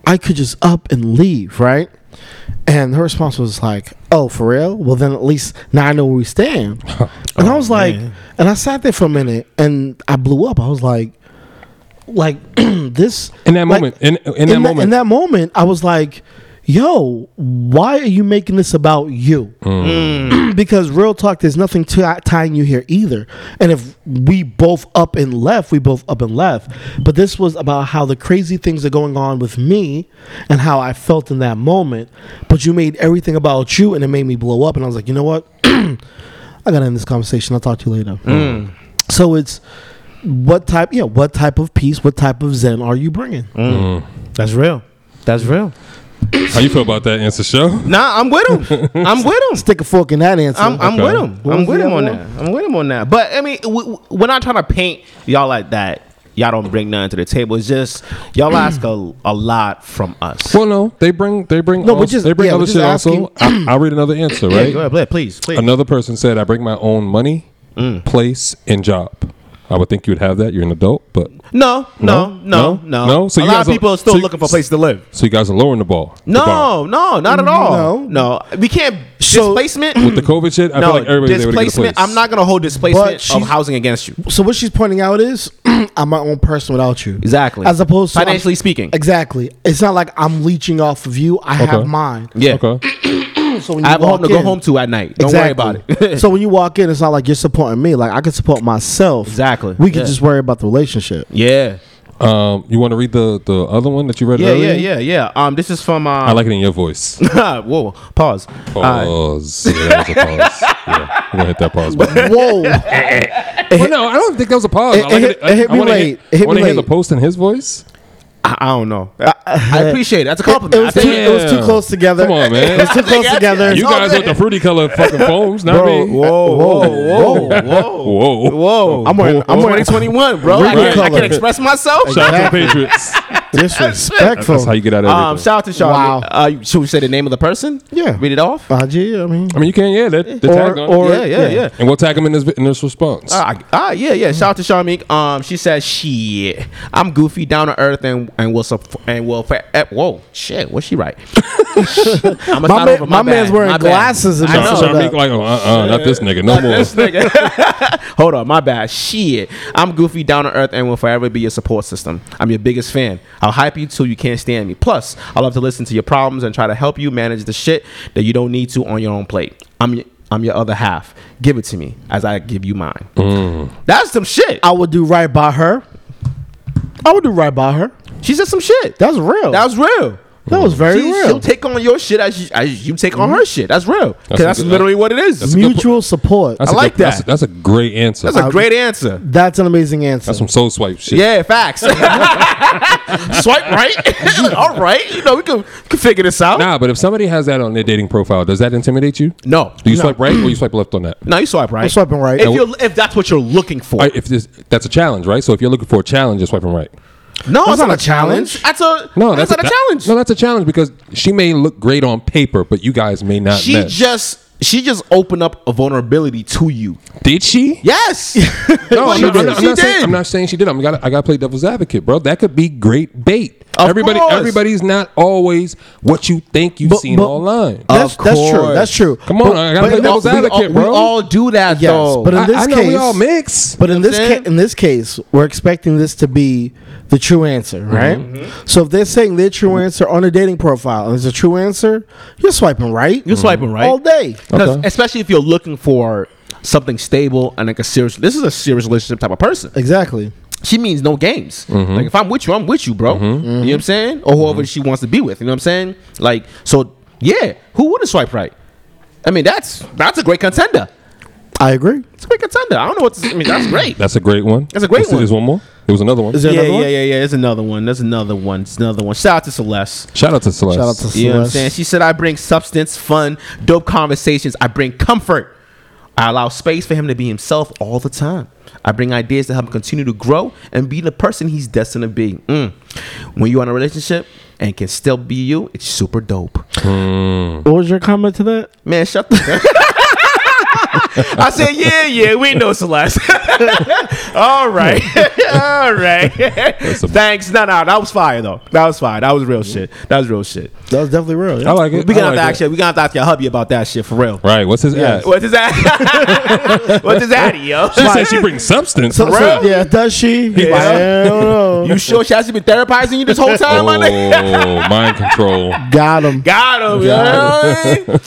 Speaker 3: I could just up and leave, right? And her response was like, Oh, for real? Well then at least now I know where we stand. and I was like and I sat there for a minute and I blew up. I was like like this
Speaker 2: In that
Speaker 3: like,
Speaker 2: moment, in, in, that moment,
Speaker 3: in that moment, I was like, "Yo, why are you making this about you?"
Speaker 2: Mm.
Speaker 3: because real talk, there's nothing ti- tying you here either. And if we both up and left, we both up and left. But this was about how the crazy things are going on with me and how I felt in that moment. But you made everything about you, and it made me blow up. And I was like, you know what? I gotta end this conversation. I'll talk to you later.
Speaker 2: Mm.
Speaker 3: So it's what type, yeah, what type of peace, what type of zen are you bringing?
Speaker 6: That's real. That's real.
Speaker 2: how you feel about that answer show?
Speaker 1: Nah, I'm with him. I'm with him.
Speaker 3: stick a fork in that answer.
Speaker 1: I'm, I'm
Speaker 2: Okay.
Speaker 1: with him.
Speaker 3: What
Speaker 1: I'm
Speaker 3: was
Speaker 1: with
Speaker 3: the
Speaker 1: him on
Speaker 3: other
Speaker 1: that. I'm with him on that. But I mean, w- w- we're not trying to paint y'all like that. Y'all don't bring nothing to the table. It's just y'all ask a, a lot from us.
Speaker 2: Well, no, they bring they bring
Speaker 3: No,
Speaker 2: all-
Speaker 3: we're just-
Speaker 2: they bring
Speaker 3: yeah,
Speaker 2: other
Speaker 3: we're just
Speaker 2: shit also. I, I'll read another answer, right?
Speaker 6: Go ahead, play it, please, please.
Speaker 2: Another person said, "I bring my own money,
Speaker 1: Mm.
Speaker 2: place, and job." I would think you would have that. You're an adult, but
Speaker 1: No, no,
Speaker 2: No?
Speaker 1: no, no.
Speaker 2: No? So
Speaker 1: a
Speaker 2: you
Speaker 1: lot
Speaker 2: guys
Speaker 1: of
Speaker 2: are-
Speaker 1: people are still
Speaker 2: so you-
Speaker 1: looking for a place to live.
Speaker 2: so you guys are lowering the ball. the bar.
Speaker 1: No, no, not at all.
Speaker 3: No.
Speaker 1: No, we can't
Speaker 3: So-
Speaker 1: displacement.
Speaker 2: with the COVID shit, I
Speaker 1: no,
Speaker 2: feel like everybody's able to get a place.
Speaker 1: displacement. I'm not gonna hold
Speaker 3: But
Speaker 1: displacement of
Speaker 3: she's-
Speaker 1: housing against you.
Speaker 3: so what she's pointing out is I'm my own person without you.
Speaker 1: Exactly.
Speaker 3: As opposed to
Speaker 1: Financially
Speaker 3: I'm-
Speaker 1: speaking.
Speaker 3: Exactly. It's not like I'm leeching off of you. I have mine.
Speaker 1: Yeah,
Speaker 2: Okay.
Speaker 3: So when
Speaker 1: I have a home to
Speaker 3: walk
Speaker 1: go
Speaker 3: in-
Speaker 1: home to at night. Don't worry about it.
Speaker 3: so when you walk in, it's not like you're supporting me. Like I can support myself.
Speaker 1: Exactly.
Speaker 3: We can
Speaker 1: Yeah.
Speaker 3: just worry about the relationship.
Speaker 1: yeah,
Speaker 2: Um, you want to read the the other one that you read
Speaker 1: yeah,
Speaker 2: earlier?
Speaker 1: yeah, yeah, yeah. Um, this is from
Speaker 2: I
Speaker 1: uh,
Speaker 2: like it in your voice.
Speaker 1: whoa, pause. Uh,
Speaker 2: Pause. Yeah, that was a pause. Yeah, we're gonna hit that pause button.
Speaker 3: Whoa.
Speaker 2: Well, no, I don't think that was a pause.
Speaker 3: it-
Speaker 2: I
Speaker 3: it
Speaker 2: like it,
Speaker 3: hit-
Speaker 2: I,
Speaker 3: it hit
Speaker 2: I
Speaker 3: me
Speaker 2: wanna
Speaker 3: late. It hit
Speaker 2: I wanna
Speaker 3: me
Speaker 2: hear the
Speaker 3: late.
Speaker 2: post in his voice.
Speaker 1: I, I don't know. I, I appreciate it. That's a
Speaker 3: it,
Speaker 1: compliment.
Speaker 3: was
Speaker 1: I
Speaker 3: too,
Speaker 1: think-
Speaker 3: it was too
Speaker 2: Yeah.
Speaker 3: close together.
Speaker 2: Come on, man.
Speaker 3: It was too close
Speaker 1: that's-
Speaker 3: together.
Speaker 2: You
Speaker 1: all
Speaker 2: guys with
Speaker 1: good.
Speaker 2: the fruity color fucking phones, not
Speaker 3: Bro,
Speaker 2: me.
Speaker 1: whoa, whoa, whoa,
Speaker 2: Whoa.
Speaker 1: whoa, whoa.
Speaker 3: I'm wearing- I'm wearing-
Speaker 1: 2021, bro. I
Speaker 3: Real
Speaker 1: can, I
Speaker 3: color.
Speaker 1: can express myself.
Speaker 2: Shout out to the Patriots.
Speaker 3: Disrespectful.
Speaker 2: That's how you get out of
Speaker 1: Um,
Speaker 2: everything.
Speaker 1: shout out to Charlotte.
Speaker 3: Wow.
Speaker 1: Uh, you- should we say the name of the person?
Speaker 3: Yeah.
Speaker 1: Read it off.
Speaker 3: Uh, gee, I mean,
Speaker 2: I mean, you can, yeah. That, the tag
Speaker 3: or,
Speaker 2: on.
Speaker 3: or
Speaker 1: yeah, yeah, yeah.
Speaker 2: and we'll tag him in this in this response.
Speaker 1: Ah, ah, yeah, yeah. Shout out to Charmik. Um, she says, "Shit, I'm goofy, down to earth, and and will sup- and will fa- eh, whoa, shit, was she right? I'm
Speaker 3: My man- my man's wearing glasses and
Speaker 1: I
Speaker 3: shit.
Speaker 2: Sean,
Speaker 1: know.
Speaker 3: Shut
Speaker 2: Sean
Speaker 3: up.
Speaker 2: Meek like, oh, uh, uh, not this nigga, no more.
Speaker 1: This nigga. Hold on, my bad. Shit. I'm goofy, down to earth, and will forever be your support system. I'm your biggest fan. I'll hype you till you can't stand me. Plus, I love to listen to your problems and try to help you manage the shit that you don't need to on your own plate. I'm your, I'm your other half. Give it to me as I give you mine. That's some shit.
Speaker 3: I would do right by her. I would do right by her.
Speaker 1: She said some shit.
Speaker 3: That's real.
Speaker 1: That was real.
Speaker 3: That was very
Speaker 1: She,
Speaker 3: real.
Speaker 1: She'll take on your shit as you, as you take on her shit. That's real. 'Cause
Speaker 2: a
Speaker 1: that's
Speaker 2: good- Uh,
Speaker 1: literally what it is. That's,
Speaker 3: Mutual support.
Speaker 2: That's
Speaker 1: I
Speaker 2: a
Speaker 1: like
Speaker 2: good- That's,
Speaker 1: that.
Speaker 2: that's a great answer. That's,
Speaker 1: a great answer.
Speaker 3: That's an amazing answer.
Speaker 2: some soul swipe shit.
Speaker 1: Yeah, facts. Swipe right. All right. You know, we can, can figure this out.
Speaker 2: Nah, but if somebody has that on their dating profile, does that intimidate you?
Speaker 1: No.
Speaker 2: Do you
Speaker 1: No.
Speaker 2: swipe right or you swipe left on that?
Speaker 1: No, you swipe right.
Speaker 3: I'm swiping right.
Speaker 1: If,
Speaker 3: And
Speaker 1: you're, if that's what you're looking for.
Speaker 2: All right, if this, that's a challenge, right? So if you're looking for a challenge, you're swiping right.
Speaker 1: no,
Speaker 3: that's not
Speaker 1: it's not, a
Speaker 3: a challenge.
Speaker 1: challenge. That's a
Speaker 2: No,
Speaker 1: that's, not a
Speaker 2: that-
Speaker 1: challenge.
Speaker 2: No, that's a challenge because she may look great on paper, but you guys may not.
Speaker 1: she
Speaker 2: mesh.
Speaker 1: just she just opened up a vulnerability to you.
Speaker 2: did she?
Speaker 1: Yes.
Speaker 2: No, I'm not, I'm not- I'm
Speaker 1: She
Speaker 2: not saying,
Speaker 1: did.
Speaker 2: I'm not saying she did. I'm gotta, I got to play devil's advocate, bro. That could be great bait.
Speaker 1: Of
Speaker 2: Everybody,
Speaker 1: course.
Speaker 2: everybody's not always what you think you've
Speaker 3: But-
Speaker 2: seen
Speaker 3: but-
Speaker 2: online.
Speaker 3: That's,
Speaker 1: Of
Speaker 3: that's true.
Speaker 1: course.
Speaker 3: That's true.
Speaker 2: Come on,
Speaker 3: But-
Speaker 2: I gotta
Speaker 3: but-
Speaker 2: play
Speaker 3: no,
Speaker 2: devil's
Speaker 1: we, all,
Speaker 2: advocate,
Speaker 1: we
Speaker 2: bro.
Speaker 1: all do that
Speaker 3: Yes,
Speaker 1: though.
Speaker 3: but in
Speaker 2: I-
Speaker 3: this
Speaker 2: I know we
Speaker 3: case-
Speaker 2: all mix.
Speaker 3: But in
Speaker 1: You know
Speaker 3: this
Speaker 1: what I'm
Speaker 3: ca-
Speaker 1: saying?
Speaker 3: in this case, we're expecting this to be the true answer, right?
Speaker 1: Mm-hmm.
Speaker 3: So if they're saying their true answer on a dating profile and it's a true answer, you're swiping right.
Speaker 1: You're swiping right
Speaker 3: all day.
Speaker 1: 'Cause
Speaker 2: Okay.
Speaker 1: especially if you're looking for something stable and like a serious. This is a serious relationship type of person.
Speaker 3: Exactly.
Speaker 1: She means no games. Like if I'm with you, I'm with you, bro. You know what I'm saying? Or whoever she wants to be with. You know what I'm saying? Like so, yeah. Who wouldn't swipe right? I mean, that's that's a great contender.
Speaker 3: I agree.
Speaker 1: It's a big contender. I don't know what to, I mean. That's great.
Speaker 2: That's a great one.
Speaker 1: That's a great
Speaker 2: Let's see,
Speaker 1: one.
Speaker 2: There's one more. There was another one.
Speaker 3: Is there
Speaker 1: yeah,
Speaker 3: another one?
Speaker 1: yeah, yeah, yeah. There's another one. There's another one. There's another one. Shout out to Celeste.
Speaker 2: Shout out to Celeste.
Speaker 3: Shout out to
Speaker 1: You know what I'm
Speaker 3: Celeste.
Speaker 1: saying? She said, I bring substance, fun, dope conversations. I bring comfort. I allow space for him to be himself all the time. I bring ideas to help him continue to grow and be the person he's destined to be. Mm. When you're in a relationship and can still be you, it's super dope.
Speaker 3: What was your comment to that?
Speaker 1: Man, shut the. I said, yeah, yeah, we know Celeste. All right. All right.
Speaker 2: a-
Speaker 1: Thanks. No, no, that was fire, though. That was fire. That was real shit. That was real shit.
Speaker 3: That was definitely real.
Speaker 2: I like it.
Speaker 1: We're going
Speaker 2: I
Speaker 1: to have to
Speaker 2: like
Speaker 1: ask
Speaker 2: it.
Speaker 1: you, we going to have to ask your hubby about that shit for real.
Speaker 2: Right. What's his ass?
Speaker 1: What's his that? What's his that, yo?
Speaker 2: She said she brings substance.
Speaker 3: So- so-
Speaker 1: Real?
Speaker 3: yeah, does she? He's like, I don't know.
Speaker 1: You sure she hasn't been therapizing you this whole time, my nigga?
Speaker 2: oh, mind control.
Speaker 3: Got him.
Speaker 1: Got him, yo.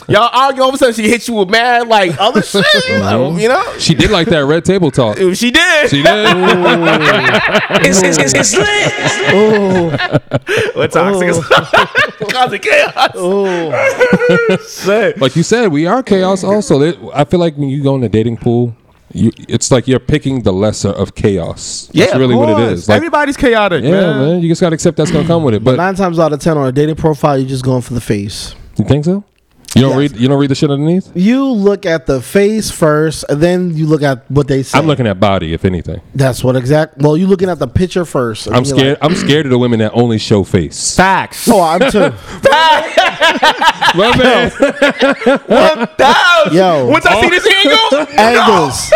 Speaker 1: Y'all argue all of a sudden she hits you with mad like other shit. like, you know?
Speaker 2: She did like that red table talk.
Speaker 1: If She did.
Speaker 2: She did.
Speaker 5: It's, it's, it's, it's lit.
Speaker 1: We're toxic.
Speaker 2: Oh.
Speaker 1: Cause of chaos. Shit.
Speaker 2: like you said, we are chaos. Also, There- I feel like when you go in the dating pool, you, it's like you're picking the lesser of chaos. That's
Speaker 1: of
Speaker 2: really what it
Speaker 1: course.
Speaker 2: is. Like,
Speaker 1: Everybody's chaotic,
Speaker 2: yeah, man. you just gotta accept that's gonna come with it. But
Speaker 3: Nine times out of ten on a dating profile, you're just going for the face.
Speaker 2: you think so? You don't read. You don't read the shit underneath.
Speaker 3: You look at the face first, and then you look at what they say.
Speaker 2: I'm looking at body, if anything.
Speaker 3: That's what exact. Well, you're looking at the picture first. and
Speaker 2: I'm
Speaker 3: you're
Speaker 2: scared.
Speaker 3: like,
Speaker 2: I'm scared of the women that only show face.
Speaker 1: Facts.
Speaker 3: oh, I'm too.
Speaker 2: My man.
Speaker 3: Yo.
Speaker 1: Once I see this
Speaker 2: Oh.
Speaker 1: angle,
Speaker 3: angles.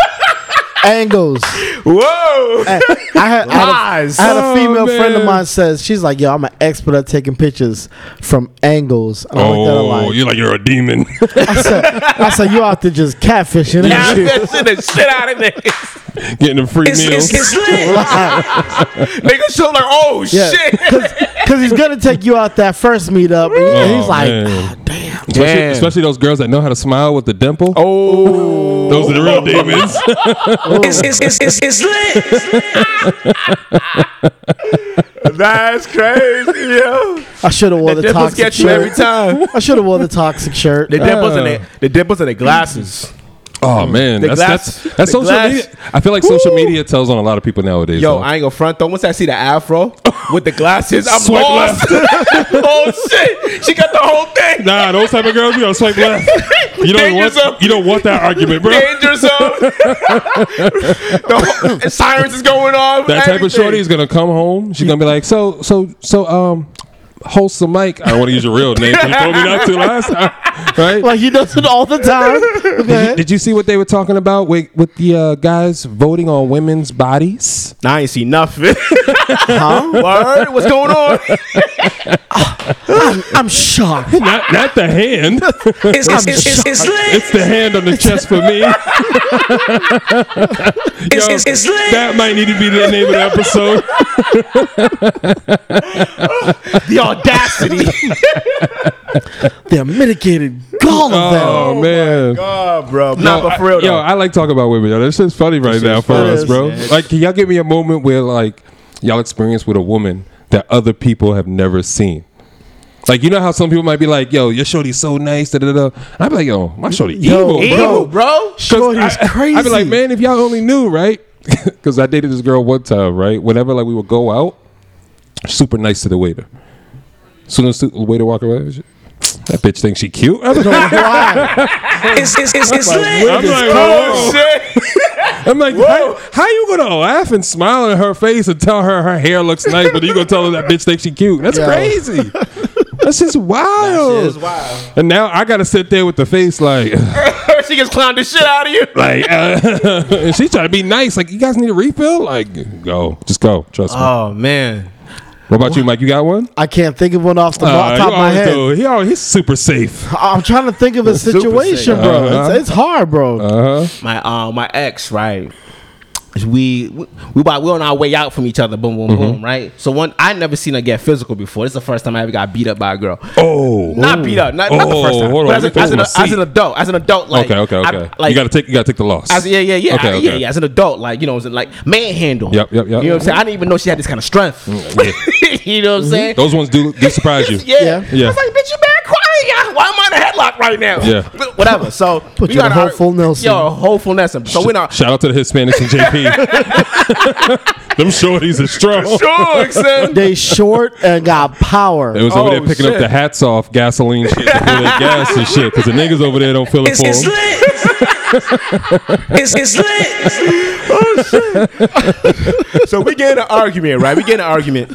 Speaker 3: Angles.
Speaker 1: whoa.
Speaker 3: I I had, I had,
Speaker 1: Lies.
Speaker 3: a, I had a female
Speaker 2: Oh,
Speaker 3: friend of
Speaker 2: man.
Speaker 3: mine says she's like, "Yo, I'm an expert at taking pictures from angles." And I looked at her
Speaker 2: Oh,
Speaker 3: like,
Speaker 2: you're like you're a demon.
Speaker 3: I said, "I said you out there just catfishing."
Speaker 1: Now
Speaker 3: ain't you?"
Speaker 1: that shit the shit out of niggas.
Speaker 2: Getting them free
Speaker 5: It's,
Speaker 2: meals.
Speaker 5: it's, it's lit.
Speaker 1: Niggas show like, oh
Speaker 3: Yeah,
Speaker 1: shit.
Speaker 3: because he's gonna take you out that first meetup. And
Speaker 2: Oh,
Speaker 3: he's like,
Speaker 2: man.
Speaker 3: damn.
Speaker 2: Especially,
Speaker 1: Damn.
Speaker 2: especially those girls that know how to smile with the dimple.
Speaker 1: Oh.
Speaker 2: Those are the real demons.
Speaker 5: It's, it's, it's, it's, it's lit.
Speaker 1: That's crazy, yo.
Speaker 3: I should have wore the,
Speaker 1: The dimples
Speaker 3: toxic
Speaker 1: get you every
Speaker 3: shirt.
Speaker 1: time.
Speaker 3: I should have wore the toxic shirt.
Speaker 1: The dimples and the the dimples and the glasses.
Speaker 2: Oh man,
Speaker 1: The
Speaker 2: that's
Speaker 1: glass-
Speaker 2: that's, that's
Speaker 1: the
Speaker 2: social
Speaker 1: glass-
Speaker 2: media. I feel like social media tells on a lot of people nowadays.
Speaker 1: Yo,
Speaker 2: though.
Speaker 1: I ain't gonna front though. Once I see the afro with the glasses, I'm
Speaker 2: Swipe
Speaker 1: lost. oh shit, she got the whole thing.
Speaker 2: nah, those type of girls, you gotta swipe left. You don't
Speaker 1: Dangerous zone.
Speaker 2: want you don't want that argument, bro.
Speaker 1: danger zone. the whole, sirens is going on.
Speaker 2: That type of
Speaker 1: everything.
Speaker 2: shorty is gonna come home. She's gonna be like, so so so um, wholesome Mike. I want to use your real name. 'cause You told me not to last time, right?
Speaker 3: Like he does it all the time.
Speaker 2: did, you, did you see what they were talking about with with the uh, guys voting on women's bodies?
Speaker 1: I ain't see nothing. Word, what's going on?
Speaker 3: I'm shocked.
Speaker 2: Not not the hand.
Speaker 5: It's, it's, it's, it's, it's lit.
Speaker 2: It's the hand on the chest for me. Yo,
Speaker 5: It's, it's, it's lit.
Speaker 2: that might need to be the name of the episode.
Speaker 1: The audacity.
Speaker 3: They're mitigated. All of them.
Speaker 2: Oh, man.
Speaker 1: oh, bro. Nah, but for real,
Speaker 2: Yo,
Speaker 1: though.
Speaker 2: I like talking about women. Yo, that shit's funny right now for
Speaker 3: funny.
Speaker 2: us, bro. Like, can y'all give me a moment where like y'all experience with a woman that other people have never seen? Like, you know how some people might be like, "Yo, your shorty's so nice," da da da. And I'd be like, "Yo, my shorty evil, bro."
Speaker 1: Evil, bro.
Speaker 3: Shorty's crazy.
Speaker 2: I'd be like, "Man, if y'all only knew, right?" Because I dated this girl one time, right? Whenever like we would go out, super nice to the waiter. Soon as the waiter walk away, she- that bitch thinks she cute. I'm like,
Speaker 5: It's, it's, it's, it's lit.
Speaker 1: Oh
Speaker 2: "Whoa."
Speaker 1: shit.
Speaker 2: I'm like, how, how you gonna laugh and smile in her face and tell her her hair looks nice, but you gonna tell her that bitch thinks she cute? That's crazy. That's just wild.
Speaker 1: wild.
Speaker 2: And now I gotta sit there with the face like,
Speaker 1: she gets clowned the shit out of you.
Speaker 2: like, uh, and she's trying to be nice. Like, you guys need a refill? Like, go, just go. Trust me.
Speaker 1: Oh man.
Speaker 2: What about you, Mike? You got one?
Speaker 3: I can't think of one off the
Speaker 2: Uh,
Speaker 3: bo- top of
Speaker 2: you
Speaker 3: my
Speaker 2: always
Speaker 3: head.
Speaker 2: do. He always, he's super safe.
Speaker 3: I'm trying to think of a
Speaker 1: Super
Speaker 3: situation,
Speaker 1: Saiyan.
Speaker 3: bro.
Speaker 2: Uh-huh.
Speaker 3: It's, it's hard, bro.
Speaker 2: Uh huh.
Speaker 1: my uh, my ex, right? We we we about, we're on our way out from each other. Boom, boom,
Speaker 2: Mm-hmm.
Speaker 1: boom. Right. So one, I never seen her get physical before. This is the first time I ever got beat up by a girl.
Speaker 2: Oh.
Speaker 1: Not beat up. Not, not the
Speaker 2: Oh,
Speaker 1: first time.
Speaker 2: hold on,
Speaker 1: But as,
Speaker 2: let
Speaker 1: a,
Speaker 2: me
Speaker 1: as, an,
Speaker 2: fix my
Speaker 1: as an
Speaker 2: seat.
Speaker 1: adult, as an adult, like
Speaker 2: okay, okay,
Speaker 1: I-
Speaker 2: okay.
Speaker 1: like
Speaker 2: you gotta take, you gotta take the loss.
Speaker 1: as, yeah, yeah, yeah,
Speaker 2: Okay,
Speaker 1: I-
Speaker 2: okay.
Speaker 1: yeah, yeah. As an adult, like you know, as in, like manhandle.
Speaker 2: Yep, Mm, yep, yep.
Speaker 1: You know what I'm saying? I didn't even know she had this kind of strength. you know what I'm saying?
Speaker 2: Mm-hmm. Those ones do, do surprise you.
Speaker 1: Yeah.
Speaker 3: Yeah.
Speaker 2: Yeah.
Speaker 1: I was like, bitch, you mad crying. Why am I in a headlock right now?
Speaker 2: Yeah.
Speaker 1: But whatever. So
Speaker 3: Put you
Speaker 1: we
Speaker 3: in
Speaker 1: got
Speaker 3: a
Speaker 1: our-
Speaker 3: hopeful Nelson.
Speaker 1: Yo, hopeful Nelson. So we're not
Speaker 2: Shout out to the Hispanics and JP. Them shorties are strong.
Speaker 1: sure, son.
Speaker 3: They short and got power.
Speaker 2: It was over
Speaker 1: Oh,
Speaker 2: there picking
Speaker 1: shit.
Speaker 2: up the hats off, gasoline shit, to fill their gas and shit, because the niggas over there don't feel it
Speaker 5: It's,
Speaker 2: for
Speaker 5: it's
Speaker 2: them.
Speaker 5: lit. it's, it's lit.
Speaker 1: so we get in an argument, right? We get in an argument.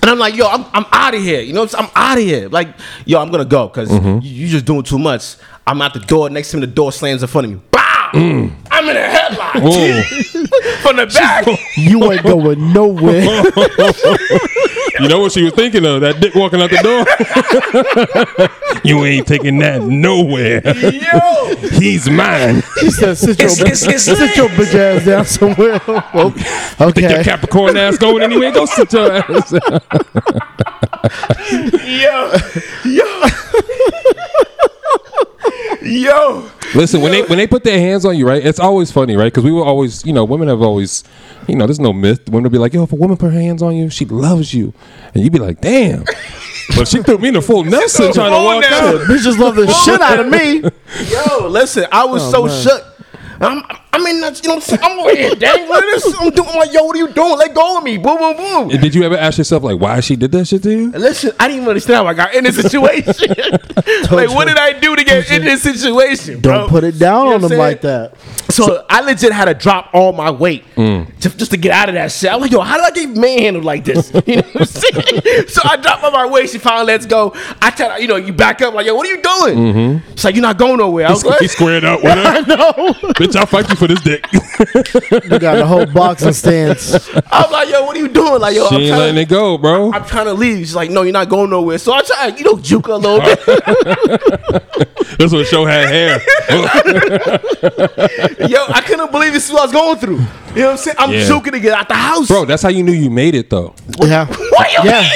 Speaker 1: And I'm like, yo, I'm, I'm out of here. You know, what I'm, saying? I'm out of here. Like, yo, I'm gonna go because
Speaker 2: Mm-hmm.
Speaker 1: you, you just doing too much. I'm out the door. Next time the door slams in front of me, bah! I'm in a headlock
Speaker 2: Mm. Whoa.
Speaker 1: from the back.
Speaker 3: You ain't going nowhere.
Speaker 2: You know what she was thinking of? That dick walking out the door. you ain't taking that nowhere.
Speaker 1: yo,
Speaker 2: He's mine.
Speaker 3: He said, sit your,
Speaker 5: It's, it's, it's
Speaker 3: sit
Speaker 5: lit.
Speaker 3: your bitch ass down somewhere.
Speaker 2: Think your
Speaker 3: okay.
Speaker 2: Capricorn ass going anywhere? Go sit your ass. down.
Speaker 1: yo, yo, yo.
Speaker 2: Listen, when they when they put their hands on you, right? It's always funny, right? Because we were always, you know, women have always, you know, there's no myth. Women will be like, yo, if a woman put her hands on you, she loves you, and you'd be like, damn. But she threw me in the full Nelson trying to
Speaker 1: full
Speaker 2: walk
Speaker 1: Nelson.
Speaker 2: out.
Speaker 3: Bitches love the shit out of me.
Speaker 1: Yo, listen, I was so
Speaker 3: Oh, man.
Speaker 1: shook. I'm, I'm in, that, you know, what I'm saying? I'm over here dangling this. I'm doing I'm like, yo, what are you doing? Let go of me. Boom, boom, boom.
Speaker 2: Did you ever ask yourself like why she did that shit to you?
Speaker 1: Listen, I didn't even understand how I got in this situation. like, what did I do to get in this situation? bro?
Speaker 3: Don't put it down
Speaker 1: You know
Speaker 3: on
Speaker 1: what
Speaker 3: them
Speaker 1: I'm
Speaker 3: like
Speaker 1: saying?
Speaker 3: that.
Speaker 1: So, I legit had to drop all my weight
Speaker 3: Mm.
Speaker 1: to, just to get out of that shit. I'm like, yo, how did I get manhandled like this? You know what I'm saying? so I dropped all my weight. She finally lets go. I tell her, you know, you back up. Like, yo, what are you doing?
Speaker 3: Mm-hmm.
Speaker 1: She's like, you're not going nowhere. I was
Speaker 2: He
Speaker 1: like,
Speaker 2: squared up with her. Bitch, I'll fight you for this dick.
Speaker 3: You got a whole boxing stance.
Speaker 1: I'm like, yo, what are you doing? Like, yo,
Speaker 2: she
Speaker 1: I'm
Speaker 2: ain't
Speaker 1: trying
Speaker 2: letting
Speaker 1: to,
Speaker 2: it go, bro.
Speaker 1: I'm trying to leave. She's like, no, you're not going nowhere. So I try, you know, juke her a little bit.
Speaker 2: That's when show had hair.
Speaker 1: Yo, I couldn't believe this is what I was going through. You know what I'm saying? I'm
Speaker 2: Yeah.
Speaker 1: joking to get out the house.
Speaker 2: bro, that's how you knew you made it though.
Speaker 3: Yeah.
Speaker 1: What you
Speaker 3: Yeah.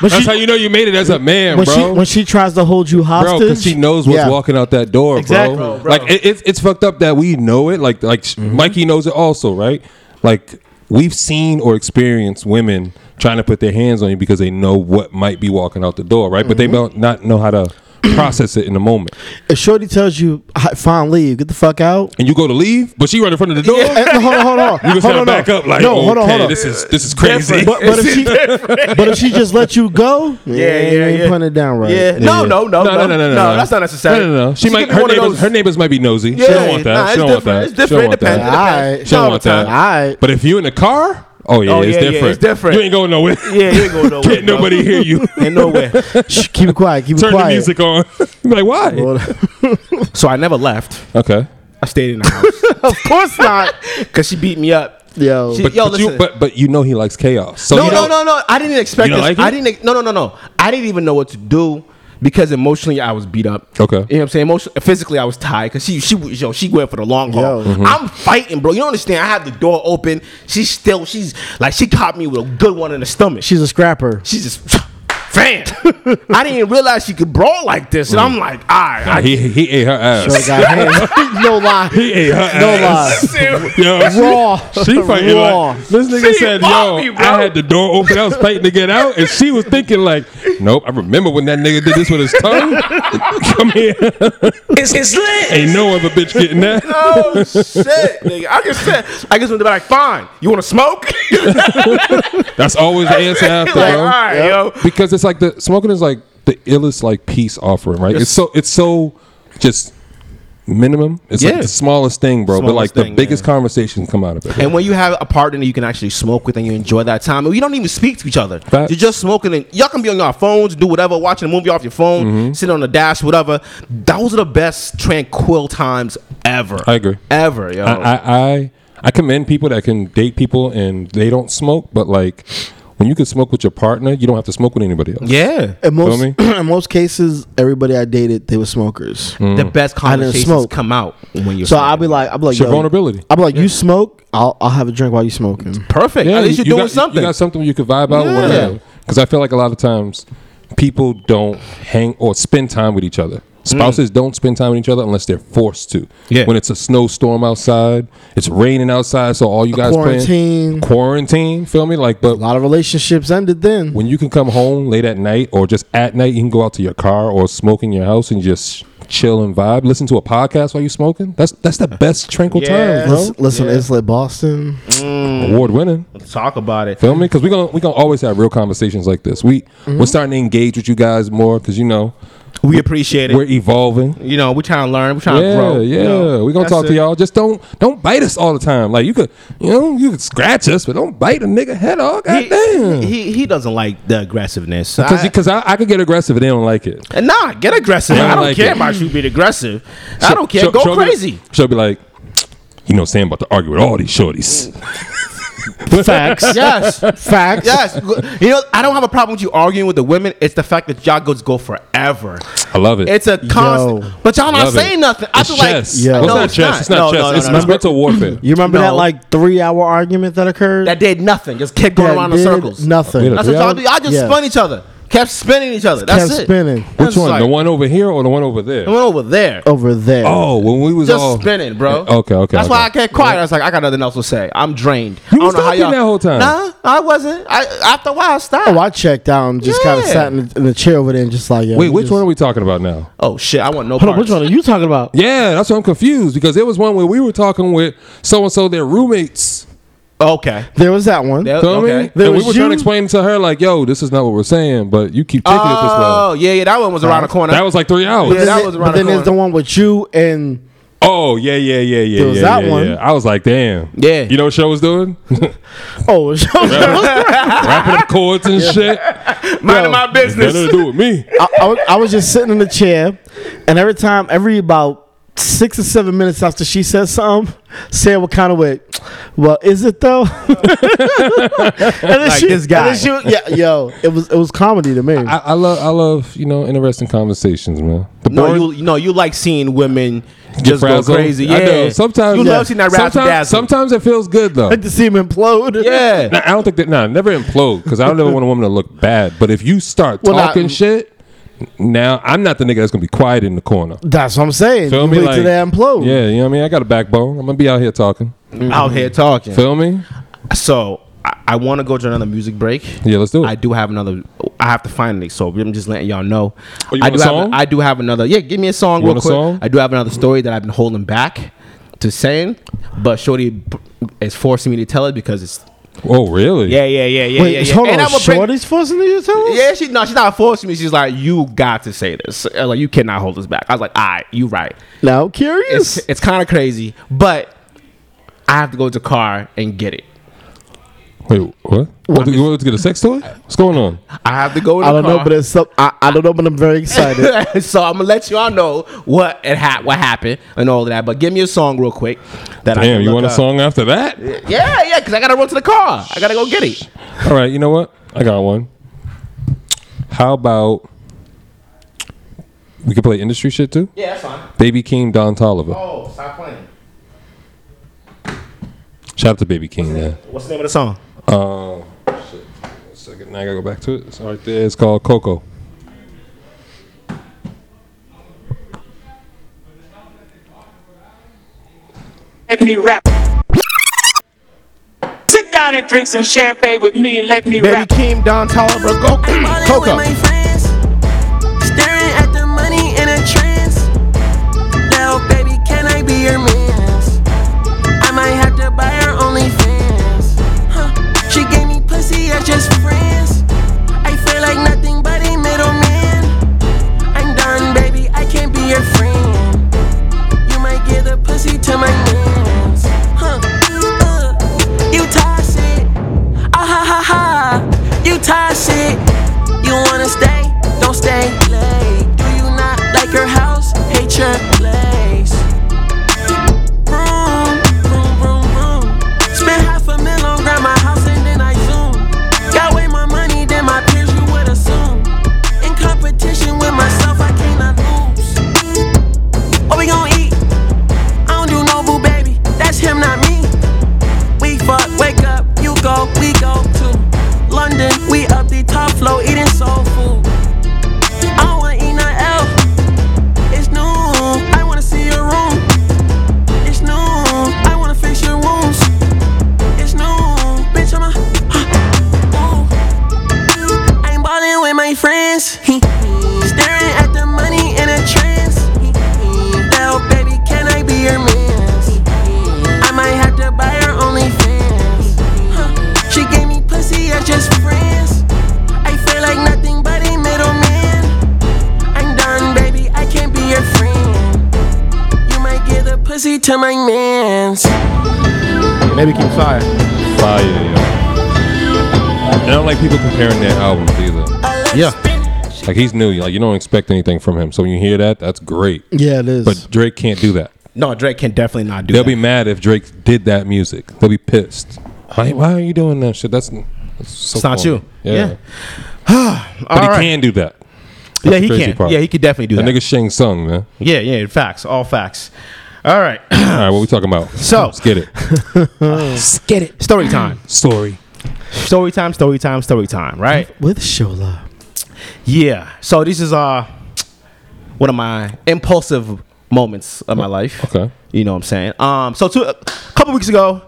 Speaker 3: But
Speaker 2: That's
Speaker 3: she,
Speaker 2: how you know you made it as a man,
Speaker 3: when,
Speaker 2: bro.
Speaker 3: she, when she tries to hold you
Speaker 2: bro,
Speaker 3: hostage.
Speaker 2: because she knows what's
Speaker 3: Yeah.
Speaker 2: walking out that door,
Speaker 3: Exactly. Bro,
Speaker 2: bro.
Speaker 1: bro. Mm-hmm.
Speaker 2: Like it, it's it's fucked up that we know it. Like like Mikey knows it also, right? Like we've seen or experienced women trying to put their hands on you because they know what might be walking out the door, right? But they
Speaker 1: Mm-hmm.
Speaker 2: don't not know how to process it in the moment.
Speaker 3: If Shorty tells you, "I- fine, leave, get the fuck out.
Speaker 2: And you go to leave, but she right in front of the door.
Speaker 3: Eh, no, hold on, hold on.
Speaker 2: You
Speaker 3: hold
Speaker 2: just gotta
Speaker 3: on,
Speaker 2: back up like
Speaker 3: no, hold on,
Speaker 2: okay,
Speaker 3: hold on.
Speaker 2: this is this is crazy.
Speaker 1: Different.
Speaker 3: but, but, if she, but if she just let you go, yeah, you ain't putting it down right.
Speaker 1: Yeah. No,
Speaker 2: Yeah.
Speaker 1: no, no, no, no, no, That's not necessary.
Speaker 2: No, no, no. She, might
Speaker 1: could be
Speaker 2: her
Speaker 1: one of
Speaker 2: neighbors, her
Speaker 1: those-
Speaker 2: neighbors might be nosy. she
Speaker 1: Yeah,
Speaker 2: don't want that.
Speaker 1: nah,
Speaker 2: she
Speaker 1: it's
Speaker 2: don't want
Speaker 1: different.
Speaker 2: that.
Speaker 1: It's
Speaker 2: She don't
Speaker 1: different.
Speaker 2: want
Speaker 1: It depends.
Speaker 2: that.
Speaker 3: Alright.
Speaker 1: It
Speaker 2: She don't want
Speaker 1: depends.
Speaker 2: that.
Speaker 1: All the time.
Speaker 3: Alright.
Speaker 2: But if you in the car, oh yeah,
Speaker 1: Oh,
Speaker 2: it's
Speaker 1: yeah, yeah,
Speaker 2: different.
Speaker 1: it's different.
Speaker 2: You ain't going nowhere.
Speaker 1: Yeah, you ain't going nowhere.
Speaker 2: Can't
Speaker 1: bro.
Speaker 2: nobody hear you.
Speaker 1: Ain't nowhere.
Speaker 3: Shh, keep it quiet. Keep it
Speaker 2: Turn
Speaker 3: quiet.
Speaker 2: the music on. You're like why?
Speaker 1: so I never left.
Speaker 2: okay.
Speaker 1: I stayed in the house
Speaker 3: of course not.
Speaker 1: because she beat me up.
Speaker 3: Yo,
Speaker 1: She-
Speaker 2: But,
Speaker 1: yo,
Speaker 2: but you
Speaker 1: listen.
Speaker 2: but but you know he likes chaos. So
Speaker 1: no,
Speaker 2: you
Speaker 1: no,
Speaker 2: know-
Speaker 1: no, no. I didn't expect
Speaker 2: You
Speaker 1: this.
Speaker 2: don't like
Speaker 1: I
Speaker 2: it?
Speaker 1: didn't. No, no, no, no. I didn't even know what to do because emotionally I was beat up.
Speaker 2: Okay.
Speaker 1: You know what I'm saying? Emotionally, physically I was tired because she, she, was- yo, she went for the long haul.
Speaker 3: Yo.
Speaker 2: Mm-hmm.
Speaker 1: I'm fighting, bro. You don't understand. I had the door open. She's still. She's like she caught me with a good one in the stomach.
Speaker 3: she's a scrapper.
Speaker 1: She just fan. I didn't realize she could brawl like this, and
Speaker 2: Mm.
Speaker 1: I'm like, all right, I
Speaker 2: Ah, He he ate her
Speaker 3: Yo,
Speaker 2: ass.
Speaker 3: got hands. no lie.
Speaker 2: He ate her
Speaker 3: No
Speaker 2: ass.
Speaker 3: lie.
Speaker 1: Listen,
Speaker 2: Yo, she-
Speaker 3: Raw.
Speaker 2: She fighting
Speaker 3: Raw.
Speaker 2: like this nigga
Speaker 1: She
Speaker 2: said,
Speaker 1: fought
Speaker 2: "Yo,
Speaker 1: me, bro."
Speaker 2: I had the door open. I was fighting to get out, and she was thinking like, nope. I remember when that nigga did this with his tongue. Come here,
Speaker 5: It's, it's lit.
Speaker 2: ain't no other bitch getting that."
Speaker 1: Oh shit, nigga. I just said, I just went to be like, fine. You want to smoke?
Speaker 2: That's always the answer
Speaker 1: like,
Speaker 2: after,
Speaker 1: all
Speaker 2: bro.
Speaker 1: right, yo.
Speaker 2: Because it's like the smoking is like the illest like peace offering, right? It's so it's so just minimum. It's
Speaker 1: Yeah.
Speaker 2: like the smallest thing, bro. but like
Speaker 1: Smallest
Speaker 2: the
Speaker 1: thing,
Speaker 2: biggest conversations come out of it.
Speaker 1: And when you have a partner that you can actually smoke with and you enjoy that time, and you don't even speak to each other.
Speaker 2: Facts.
Speaker 1: You're just smoking and y'all can be on your phones, do whatever, watching a movie off your phone,
Speaker 2: Mm-hmm.
Speaker 1: sitting on the dash, whatever. Those are the best tranquil times ever.
Speaker 2: I agree.
Speaker 1: Ever, yo.
Speaker 2: I, I I I commend people that can date people and they don't smoke, but like when you can smoke with your partner, you don't have to smoke with anybody else.
Speaker 1: yeah.
Speaker 3: In most,
Speaker 2: Feel
Speaker 3: in most cases, everybody I dated, they were smokers.
Speaker 2: Mm.
Speaker 1: The best
Speaker 3: I didn't
Speaker 1: conversations
Speaker 3: smoke.
Speaker 1: come out when you're
Speaker 3: So I'll be like, I'll be like,
Speaker 2: It's your
Speaker 3: yo,
Speaker 2: vulnerability.
Speaker 3: I'll be like, you smoke, I'll, I'll have a drink while you smoking.
Speaker 1: perfect. At least
Speaker 2: you-
Speaker 1: you're
Speaker 2: you
Speaker 1: doing
Speaker 2: got,
Speaker 1: something.
Speaker 2: You got something you could vibe out
Speaker 1: Yeah. Mm.
Speaker 2: with. Because I feel like a lot of times people don't hang or spend time with each other. Spouses don't spend time with each other unless they're forced to.
Speaker 6: Yeah.
Speaker 2: When it's a snowstorm outside, it's raining outside, so all you guys
Speaker 3: quarantine.
Speaker 2: playing quarantine. Feel me? Like, but
Speaker 3: A lot of relationships ended then.
Speaker 2: when you can come home late at night or just at night, you can go out to your car or smoke in your house and just chill and vibe. Listen to a podcast while you're smoking. That's that's the best tranquil
Speaker 1: Yeah.
Speaker 2: time,
Speaker 3: Listen, listen to Islet Boston.
Speaker 2: bro. Award winning.
Speaker 1: Let's talk about it.
Speaker 2: Feel me? Because we're gonna we gonna always have real conversations like this. We
Speaker 1: Mm-hmm.
Speaker 2: we're starting to engage with you guys more because you know
Speaker 1: We appreciate it.
Speaker 2: we're evolving.
Speaker 1: you know, we're trying to learn. We're trying
Speaker 2: yeah,
Speaker 1: to grow.
Speaker 2: yeah.
Speaker 1: you know.
Speaker 2: We're gonna
Speaker 1: That's
Speaker 2: talk to
Speaker 1: it.
Speaker 2: y'all. Just don't don't bite us all the time. Like you could you know, you could scratch us, but don't bite a nigga head off. Goddamn.
Speaker 1: He, he he doesn't like the aggressiveness.
Speaker 2: Cause,
Speaker 1: I-
Speaker 2: cause I, I could get aggressive and they don't like it.
Speaker 1: And nah, get aggressive.
Speaker 2: I
Speaker 1: I don't
Speaker 2: like
Speaker 1: care
Speaker 2: it.
Speaker 1: about you being aggressive. I don't care.
Speaker 2: She'll-
Speaker 1: Go
Speaker 2: she'll be-
Speaker 1: crazy.
Speaker 2: she'll be like, you know, Sam about to argue with all these shorties.
Speaker 3: Facts.
Speaker 1: yes,
Speaker 3: Facts.
Speaker 1: yes. You know, I don't have a problem with you arguing with the women. It's the fact that y'all goes go forever.
Speaker 2: I love it.
Speaker 1: It's a constant.
Speaker 3: Yo.
Speaker 1: But y'all not
Speaker 2: Love it.
Speaker 1: saying nothing. I
Speaker 2: It's
Speaker 1: feel
Speaker 2: chess.
Speaker 3: Yeah.
Speaker 1: like
Speaker 2: It's
Speaker 1: no,
Speaker 2: not chess. It's not
Speaker 1: No,
Speaker 2: chess.
Speaker 1: no, no,
Speaker 2: it's
Speaker 1: no,
Speaker 2: it's
Speaker 1: no.
Speaker 2: mental warfare.
Speaker 3: You remember that
Speaker 1: No.
Speaker 3: like three hour argument that occurred?
Speaker 1: that did nothing. Just kept going
Speaker 3: That
Speaker 1: around in
Speaker 3: did
Speaker 1: circles.
Speaker 3: Nothing.
Speaker 2: Yeah.
Speaker 1: That's
Speaker 2: Three
Speaker 1: what y'all do. Y'all just
Speaker 3: Yeah.
Speaker 1: spun each other. Kept spinning each other. That's
Speaker 3: Kept
Speaker 1: it.
Speaker 3: spinning.
Speaker 2: Which one?
Speaker 1: Like,
Speaker 2: the one over here or the one over there?
Speaker 1: the one over there.
Speaker 3: Over there.
Speaker 2: Oh, when we was
Speaker 1: Just
Speaker 2: all
Speaker 1: spinning, bro.
Speaker 2: Yeah, Eh, Okay, okay.
Speaker 1: That's why I
Speaker 2: okay.
Speaker 1: kept quiet. I was like, I got nothing else to say. I'm drained.
Speaker 2: You
Speaker 1: I
Speaker 2: was
Speaker 1: don't know how
Speaker 2: talking
Speaker 1: y'all.
Speaker 2: that whole time.
Speaker 1: Nah, I wasn't. I after a while I stopped.
Speaker 3: Oh, I checked out and just kind of
Speaker 1: Yeah.
Speaker 3: sat in the, in the chair over there and just like, yo,
Speaker 2: Wait,
Speaker 3: you
Speaker 2: which
Speaker 3: just-
Speaker 2: one are we talking about now?
Speaker 1: Oh shit, I want no
Speaker 6: Hold on,
Speaker 1: parts.
Speaker 6: which one are you talking about?
Speaker 2: Yeah, that's why I'm confused because there was one where we were talking with so and so, their roommates.
Speaker 1: Okay.
Speaker 3: There was that one.
Speaker 1: That-
Speaker 2: Feel
Speaker 1: Uh, okay.
Speaker 2: me?
Speaker 3: There
Speaker 2: And we
Speaker 3: was
Speaker 2: were trying
Speaker 3: you-
Speaker 2: to explain to her like, "Yo, this is not what we're saying," but you keep taking it this way.
Speaker 1: Oh yeah, yeah, that one was around the corner.
Speaker 2: That was like three hours.
Speaker 1: Yeah, that
Speaker 3: Then-
Speaker 1: was around
Speaker 3: but
Speaker 1: the
Speaker 3: then there's
Speaker 1: corner.
Speaker 3: the one with you and
Speaker 2: Oh yeah, yeah, yeah, yeah.
Speaker 3: There was
Speaker 2: yeah,
Speaker 3: that
Speaker 2: yeah,
Speaker 3: one.
Speaker 2: yeah. I was like, "Damn."
Speaker 1: Yeah.
Speaker 2: You know what show was doing?
Speaker 3: oh, it was-
Speaker 2: Wrapping up chords and shit.
Speaker 1: Minding my
Speaker 2: Nothing to
Speaker 1: business.
Speaker 2: do with me.
Speaker 3: I, I was, I was just sitting in the chair, and every time, every about six or seven minutes after she said something, Sam would kind of wait. Well, is it though? and then
Speaker 6: Like this guy.
Speaker 3: and then she- yeah, yo, it was it was comedy to me.
Speaker 2: I, I love, I love, you know, interesting conversations, man. The
Speaker 1: No,
Speaker 2: boring-
Speaker 1: you no, you like seeing women
Speaker 2: get
Speaker 1: just go
Speaker 2: frazzled.
Speaker 1: crazy. Yeah,
Speaker 2: I do. Sometimes
Speaker 1: you
Speaker 2: yeah.
Speaker 1: love seeing that razzle
Speaker 2: sometimes,
Speaker 1: dazzle.
Speaker 2: sometimes it feels good though.
Speaker 3: like to see him implode.
Speaker 1: Yeah.
Speaker 2: Nah, I don't think that. Nah, never implode because I don't ever want a woman to look bad. But if you start
Speaker 3: Well, not-
Speaker 2: talking shit, now I'm not the nigga that's gonna be quiet in the corner.
Speaker 3: That's what I'm saying.
Speaker 2: Feel
Speaker 3: you
Speaker 2: me?
Speaker 3: wait
Speaker 2: Like,
Speaker 3: till they implode.
Speaker 2: Yeah, you know what I mean. I got a backbone. I'm gonna be out here talking.
Speaker 1: Out here talking.
Speaker 2: Feel me?
Speaker 1: So I, I want to go to another music break.
Speaker 2: Yeah, let's do it.
Speaker 1: I do have another. I have to find it, so I'm just letting y'all know.
Speaker 2: Oh, you
Speaker 1: I
Speaker 2: want
Speaker 1: do
Speaker 2: a
Speaker 1: have.
Speaker 2: song?
Speaker 1: I do have another. Yeah, give me a song
Speaker 2: You
Speaker 1: real
Speaker 2: want a
Speaker 1: quick.
Speaker 2: song?
Speaker 1: I do have another story that I've been holding back to saying, but Shorty b- is forcing me to tell it because it's.
Speaker 2: oh, really?
Speaker 1: Yeah, yeah, yeah, yeah,
Speaker 3: Wait,
Speaker 1: yeah.
Speaker 3: is-
Speaker 1: yeah.
Speaker 3: hold
Speaker 1: And
Speaker 3: on.
Speaker 1: I'ma bring-
Speaker 3: Shorty's forcing you to tell us?
Speaker 1: Yeah, she no, she's not forcing me. She's like, you got to say this. Uh, Like, you cannot hold this back. I was like, all right, you right.
Speaker 3: Now curious.
Speaker 1: It's it's kind of crazy, but I have to go to the car and get it.
Speaker 2: Wait, what? What? You want to get a sex toy? What's going on?
Speaker 1: I have to go. To
Speaker 3: I
Speaker 1: the
Speaker 3: don't know,
Speaker 1: car.
Speaker 3: but it's some, I, I don't know, but I'm very excited.
Speaker 1: so I'm gonna let y'all know what it ha- what happened and all of that. But give me a song real quick. That I
Speaker 2: Damn,
Speaker 1: can
Speaker 2: you
Speaker 1: look
Speaker 2: want a
Speaker 1: up.
Speaker 2: song after that?
Speaker 1: Yeah, yeah, because I gotta run to the car. I gotta go get it.
Speaker 2: All right, you know what? I got one. How about we could play industry shit too?
Speaker 1: Yeah, that's fine.
Speaker 2: Baby King, Don Tolliver.
Speaker 1: Oh, stop playing.
Speaker 2: Shout out to Baby King, yeah.
Speaker 1: What's the name of the song?
Speaker 2: Um, shit. Second, now I gotta go back to it. It's right there. It's called Coco.
Speaker 7: let me rap. Sit down and drink some champagne with me and let me
Speaker 1: Baby
Speaker 7: rap.
Speaker 1: Kim, Don Tolliver, go
Speaker 8: Ballin'
Speaker 1: Coco.
Speaker 8: with my friends, staring at the money in a trance. Now, baby, can I be your man's? I might have to buy her OnlyFans. Huh? She gave me pussy as just friends. I feel like nothing but a middleman. I'm done, baby. I can't be your friend. You might give the pussy to my mans. Huh? Uh, you toss it. Ah ha ha ha. You toss it. You wanna stay uh, pussy to my mans.
Speaker 1: Maybe keep fire.
Speaker 2: Fire, yeah. And I don't like people comparing their albums either.
Speaker 1: Yeah.
Speaker 2: Like he's new, like you don't expect anything from him. So when you hear that, that's great.
Speaker 3: Yeah, it is.
Speaker 2: But Drake can't do that.
Speaker 1: No, Drake can definitely not do
Speaker 2: They'll
Speaker 1: that.
Speaker 2: be mad if Drake did that music. They'll be pissed. Why, why are you doing that shit? That's, that's so
Speaker 1: It's not
Speaker 2: corny.
Speaker 1: you.
Speaker 2: Yeah.
Speaker 1: Yeah.
Speaker 2: But he
Speaker 1: All right.
Speaker 2: can do that.
Speaker 1: yeah, he
Speaker 2: crazy
Speaker 1: can.
Speaker 2: part.
Speaker 1: Yeah, he could definitely do
Speaker 2: That
Speaker 1: that.
Speaker 2: nigga Shang Tsung, man.
Speaker 1: Yeah, yeah, facts, all facts. All right,
Speaker 2: All right, what we talking about?
Speaker 1: So-
Speaker 2: let's get it.
Speaker 1: story time.
Speaker 2: Story.
Speaker 1: Story time, story time, story time, right?
Speaker 3: with Shola.
Speaker 1: Yeah. So this is uh one of my impulsive moments of my life.
Speaker 2: Okay.
Speaker 1: You know what I'm saying? Um so two a couple weeks ago,